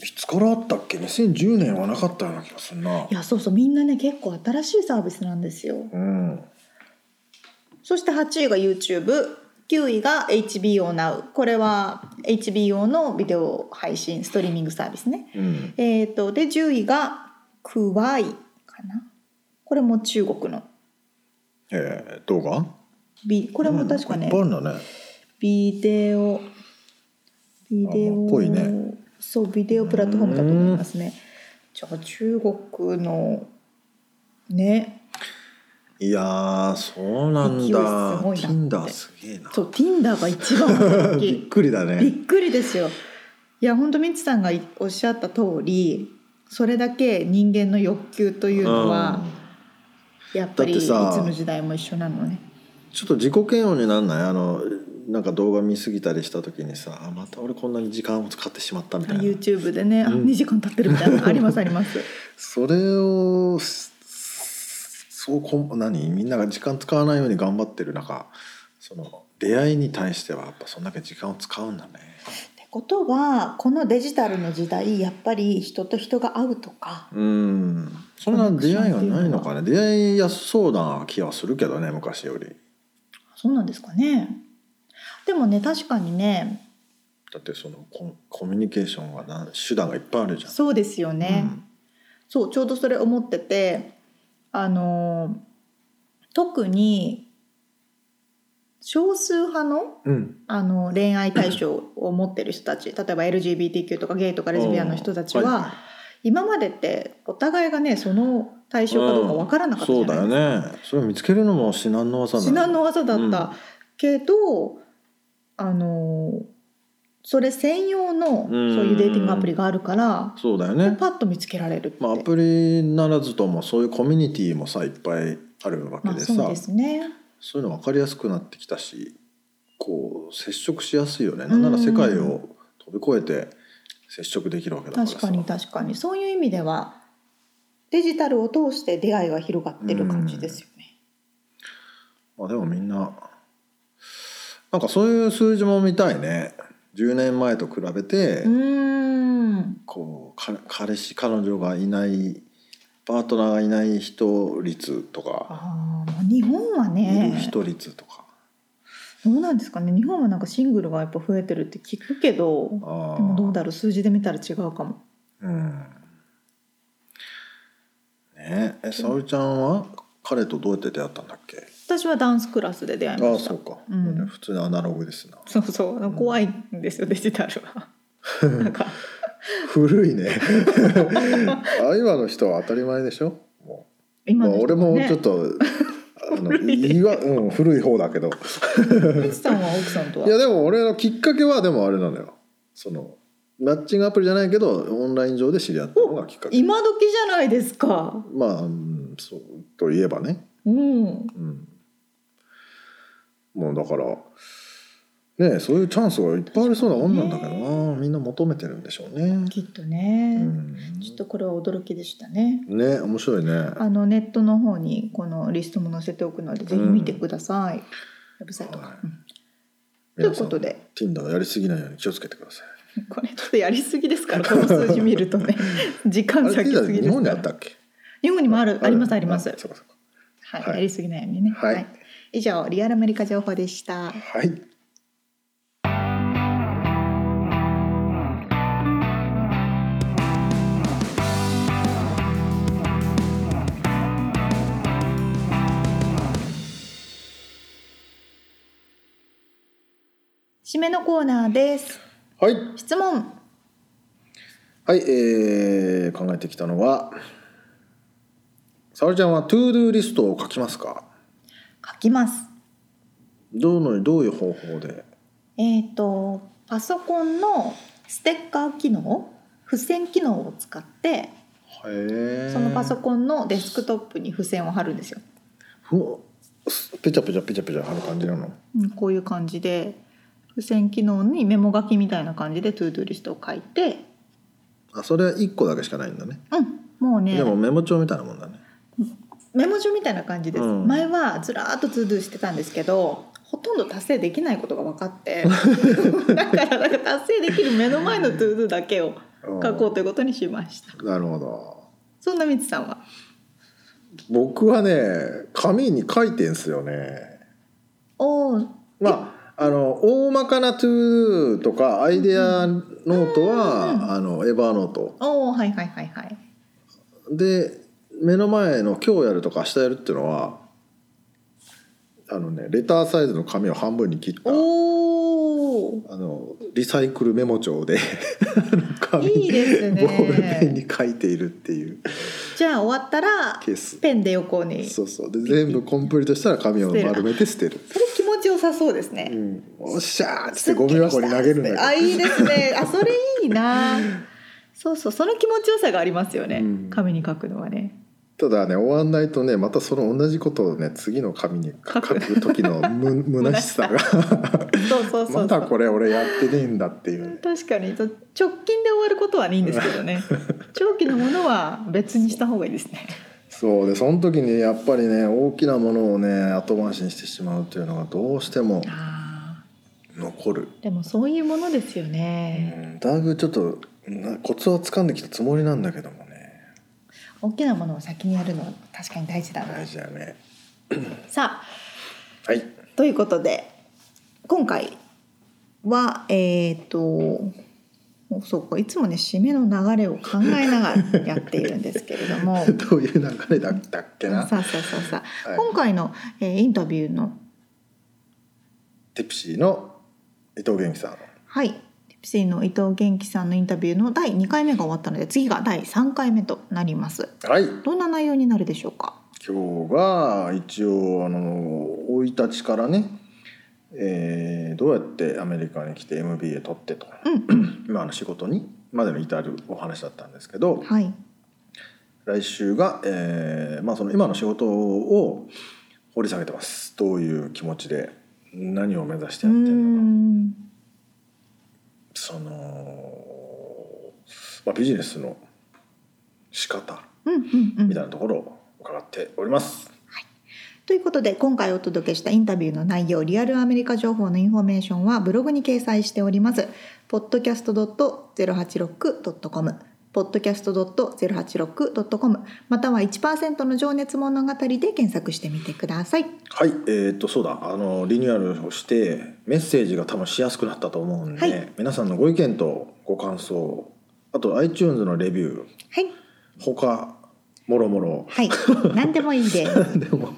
Speaker 2: いつからあったっけ？2010年はなかったような気がするな。
Speaker 1: いやそうそうみんなね結構新しいサービスなんですよ
Speaker 2: うん。
Speaker 1: そして8位が YouTube9 位が HBONOW これは HBO のビデオ配信ストリーミングサービスね
Speaker 2: うん。
Speaker 1: えー、とで10位がクワイかなこれも中国の
Speaker 2: えー、動画？
Speaker 1: ビこ
Speaker 2: こ
Speaker 1: れも確かね
Speaker 2: いっぱいあるんだね。
Speaker 1: ビデオビデ
Speaker 2: あ
Speaker 1: オ
Speaker 2: っぽいね
Speaker 1: そうビデオプラットフォームだと思いますねじゃあ中国のね
Speaker 2: いやーそうなんだ
Speaker 1: 勢いすごいなっ
Speaker 2: Tinder
Speaker 1: て
Speaker 2: すげえな
Speaker 1: そう Tinder が一番大き
Speaker 2: びっ
Speaker 1: い
Speaker 2: くりだ
Speaker 1: びっ
Speaker 2: ね
Speaker 1: くりですよいや本当ミツさんがおっしゃった通りそれだけ人間の欲求というのは
Speaker 2: うん
Speaker 1: やっぱりい
Speaker 2: だっ
Speaker 1: つ
Speaker 2: てさ
Speaker 1: の時代も一緒なのね
Speaker 2: ちょっと自己嫌悪になんないあのなんか動画見すぎたりした時にさあまた俺こんなに時間を使ってしまったみたいな
Speaker 1: YouTube でね、あ
Speaker 2: うん
Speaker 1: 2時間経ってるみたいなのありますあり ます
Speaker 2: それをすそうこん何みんなが時間使わないように頑張ってる中その出会いに対してはやっぱそんだけ時間を使うんだね
Speaker 1: ってことはこのデジタルの時代やっぱり人と人が会うとか
Speaker 2: うんそんな出会いがないのかね出会いやすそうな気はするけどね昔より
Speaker 1: そうなんですかねでもね確かにね
Speaker 2: だってそのコンコミュニケーションがな手段がいっぱいあるじゃん
Speaker 1: そうですよね、そうちょうどそれ思っててあのー特に少数派の
Speaker 2: うん、うん
Speaker 1: あの恋愛対象を持ってる人 たち例えば LGBTQ とかゲイとかレズビアンの人たち
Speaker 2: うん
Speaker 1: は、
Speaker 2: はい
Speaker 1: 今までってお互いがねその対象かどうか分からなかったじ
Speaker 2: そ
Speaker 1: ゃ
Speaker 2: うだ
Speaker 1: ないで
Speaker 2: よ
Speaker 1: すか。
Speaker 2: ねそれを見つけるのも至難の業だよ
Speaker 1: 至難の技だった、
Speaker 2: うん
Speaker 1: けどあのーそれ専用のそういうデーティングアプリがあるから、
Speaker 2: そうだよね、
Speaker 1: パッと見つけられるって、
Speaker 2: まあ、アプリならずともそういうコミュニティもさいっぱいあるわけ
Speaker 1: まあ
Speaker 2: で
Speaker 1: そ
Speaker 2: さ、
Speaker 1: う
Speaker 2: そう
Speaker 1: ですね。
Speaker 2: いうの分かりやすくなってきたしこう接触しやすいよねなんなら世界を飛び越えて接触できるわけだからさ
Speaker 1: 確かに確かにそういう意味ではデジタルを通して出会いが広がってる感じですよね。
Speaker 2: まあ、でもみんななんかそういう数字も見たいね10年前と比べて、
Speaker 1: うーん
Speaker 2: こうか彼氏彼女がいないパートナーがいない人率とか
Speaker 1: あーまあ日本はい
Speaker 2: る
Speaker 1: ね
Speaker 2: 人率とか、
Speaker 1: どうなんですかね日本はなんかシングルがやっぱ増えてるって聞くけどで
Speaker 2: ああ
Speaker 1: もどうだろう数字で見たら違うかも。
Speaker 2: うんねええ沙織ちゃんは彼とどうやって出会ったんだっけ
Speaker 1: 私はダンスクラスで出会い
Speaker 2: あ
Speaker 1: ま
Speaker 2: あ
Speaker 1: した
Speaker 2: そう。か、
Speaker 1: うん
Speaker 2: 普通にアナログですな
Speaker 1: そうそう
Speaker 2: うん
Speaker 1: 怖いんですよデジタル は。なんか
Speaker 2: 古いね あ今の人は当たり前でしょもう、
Speaker 1: 今
Speaker 2: ま
Speaker 1: の
Speaker 2: あ、
Speaker 1: 人
Speaker 2: 俺
Speaker 1: ね
Speaker 2: もちょっと、あのいわ、うん、古い方だけど
Speaker 1: ミツさんは奥さんとはい
Speaker 2: やでも俺のきっかけはでもあれなのよそのマッチングアプリじゃないけどオンライン上で知り合ったのがきっかけ
Speaker 1: 今時じゃないですか。
Speaker 2: まあ、うんそうといえばね、
Speaker 1: うん
Speaker 2: うん、もうだからねそういうチャンスがいっぱいありそうなもんなんだけどな、みんな求めてるんでしょうね。
Speaker 1: きっとね、
Speaker 2: うん、
Speaker 1: ちょっとこれは驚きでしたね。
Speaker 2: ね面白いね
Speaker 1: あのネットの方にこのリストも載せておくのでぜひ見てください。ウェブサイトか
Speaker 2: はい。
Speaker 1: うんとい
Speaker 2: 皆
Speaker 1: う
Speaker 2: さ
Speaker 1: こ
Speaker 2: ん
Speaker 1: とで
Speaker 2: Tinder やりすぎないように気をつけてください。
Speaker 1: これちょっとやりすぎですからこの数字見ると ね時
Speaker 2: あ
Speaker 1: 間
Speaker 2: れ
Speaker 1: 先す
Speaker 2: Tinder
Speaker 1: ぎ
Speaker 2: 日
Speaker 1: です
Speaker 2: 本に
Speaker 1: か
Speaker 2: あっ
Speaker 1: ら
Speaker 2: た。っけ
Speaker 1: 日本にもあるありますありま
Speaker 2: あ
Speaker 1: す。
Speaker 2: そうかそうか
Speaker 1: は
Speaker 2: はいい
Speaker 1: やりすぎないようにね。
Speaker 2: はい
Speaker 1: 以上リアルアメリカ情報でした。
Speaker 2: はい
Speaker 1: 締めのコーナーです。
Speaker 2: はい
Speaker 1: 質問。
Speaker 2: はい、えー考えてきたのは沙織ちゃんはトゥードゥーリストを書きますか
Speaker 1: 書きます。
Speaker 2: どのどういう方法で
Speaker 1: えっ、とパソコンのステッカー機能、付箋機能を使ってそのパソコンのデスクトップに付箋を貼るんですよ。
Speaker 2: ふわペチャペチャペチャペチャ貼る感じなの
Speaker 1: うんこういう感じで付箋機能にメモ書きみたいな感じでトゥードゥーリストを書いて、
Speaker 2: あそれは1個だけしかないんだね
Speaker 1: うん、もうね
Speaker 2: でもメモ帳みたいなもんだね
Speaker 1: メモ帳みたいな感じです、
Speaker 2: うん
Speaker 1: 前はずらーっとトゥードゥーしてたんですけどほとんど達成できないことが分かって だからなんか達成できる目の前のトゥードゥーだけを書こうということにしました
Speaker 2: なるほど
Speaker 1: そんなみつさんは
Speaker 2: 僕はね紙に書いてんすよね
Speaker 1: おー
Speaker 2: まああの大まかなトゥーとかアイデアノートは、
Speaker 1: うんうん
Speaker 2: あのエバーノート
Speaker 1: おーはいはいはいはい
Speaker 2: で目の前の今日やるとか明日やるっていうのはあのねレターサイズの紙を半分に切った
Speaker 1: おお
Speaker 2: あのリサイクルメモ帳であの紙
Speaker 1: いいですね
Speaker 2: ボールペンに書いているっていう
Speaker 1: じゃあ終わったら
Speaker 2: 消す
Speaker 1: ペンで横にそ
Speaker 2: そうそうで全部コンプリートしたら紙を丸めて捨てる、
Speaker 1: れ気持ちよさそうですね、
Speaker 2: うん、おっしゃーっつってゴミ箱に投げるんだけど
Speaker 1: あいいですねあそれいい なそうそうその気持ちよさがありますよね、
Speaker 2: うん
Speaker 1: 紙に書くのはね
Speaker 2: ただね終わんないとねまたその同じことをね次の紙に書
Speaker 1: 書く
Speaker 2: く時のむ虚しさが
Speaker 1: そうそうそうそう
Speaker 2: まだこれ俺やってねえんだっていう
Speaker 1: 確かにと直近で終わることはいいんですけどね長期のものは別にした方がいいですね
Speaker 2: そうでその時にやっぱりね大きなものをね後回しにしてしまうというのがどうしても
Speaker 1: あ
Speaker 2: 残る
Speaker 1: ーでもそういうものですよ
Speaker 2: う
Speaker 1: ね、
Speaker 2: んだいぶちょっとなコツを掴んできたつもりなんだけどもね
Speaker 1: 大きなものを先にやるのは確かに大事だな
Speaker 2: 大事だよね
Speaker 1: さあ
Speaker 2: はい
Speaker 1: ということで今回はえっ、とおそうかいつもね締めの流れを考えながらやっているんですけれど も
Speaker 2: どういう流れだったっけな
Speaker 1: さあさあさあさあ、
Speaker 2: はい
Speaker 1: 今回の、えーインタビューの
Speaker 2: テプシーの伊藤元気さん
Speaker 1: はいティプシーの伊藤元気さんのインタビューの第2回目が終わったので次が第3回目となります
Speaker 2: はい
Speaker 1: どんな内容になるでしょうか
Speaker 2: 今日が一応あの生い立ちからね、えーどうやってアメリカに来て MBA 取ってと、今の仕事にまでの至るお話だったんですけど
Speaker 1: はい
Speaker 2: 来週が、えーまあ、その今の仕事を掘り下げてますどういう気持ちで何を目指して
Speaker 1: うー
Speaker 2: やってるのか
Speaker 1: ん
Speaker 2: その、まあ、ビジネスの仕方
Speaker 1: うんうんうん
Speaker 2: みたいなところを伺っております。
Speaker 1: ということで今回お届けしたインタビューの内容リアルアメリカ情報のインフォメーションはブログに掲載しております podcast.086.com podcast.086.com または1%の情熱物語で検索してみてください
Speaker 2: はい、えーっとそうだあのリニューアルをしてメッセージが多分しやすくなったと思うんで、
Speaker 1: はい
Speaker 2: 皆さんのご意見とご感想あと iTunes のレビュー
Speaker 1: はい
Speaker 2: 他もろもろ
Speaker 1: はい何でもいいです
Speaker 2: でも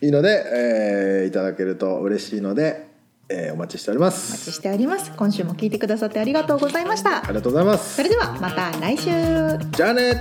Speaker 2: いいので、えーいただけると嬉しいので、えーお待ちしておりま
Speaker 1: お待ちし
Speaker 2: す。
Speaker 1: ております今週も聞いてくださってありがとうございまし
Speaker 2: あ
Speaker 1: た
Speaker 2: りがとうございま
Speaker 1: そ
Speaker 2: す
Speaker 1: れ。ではまた来週
Speaker 2: じゃあね。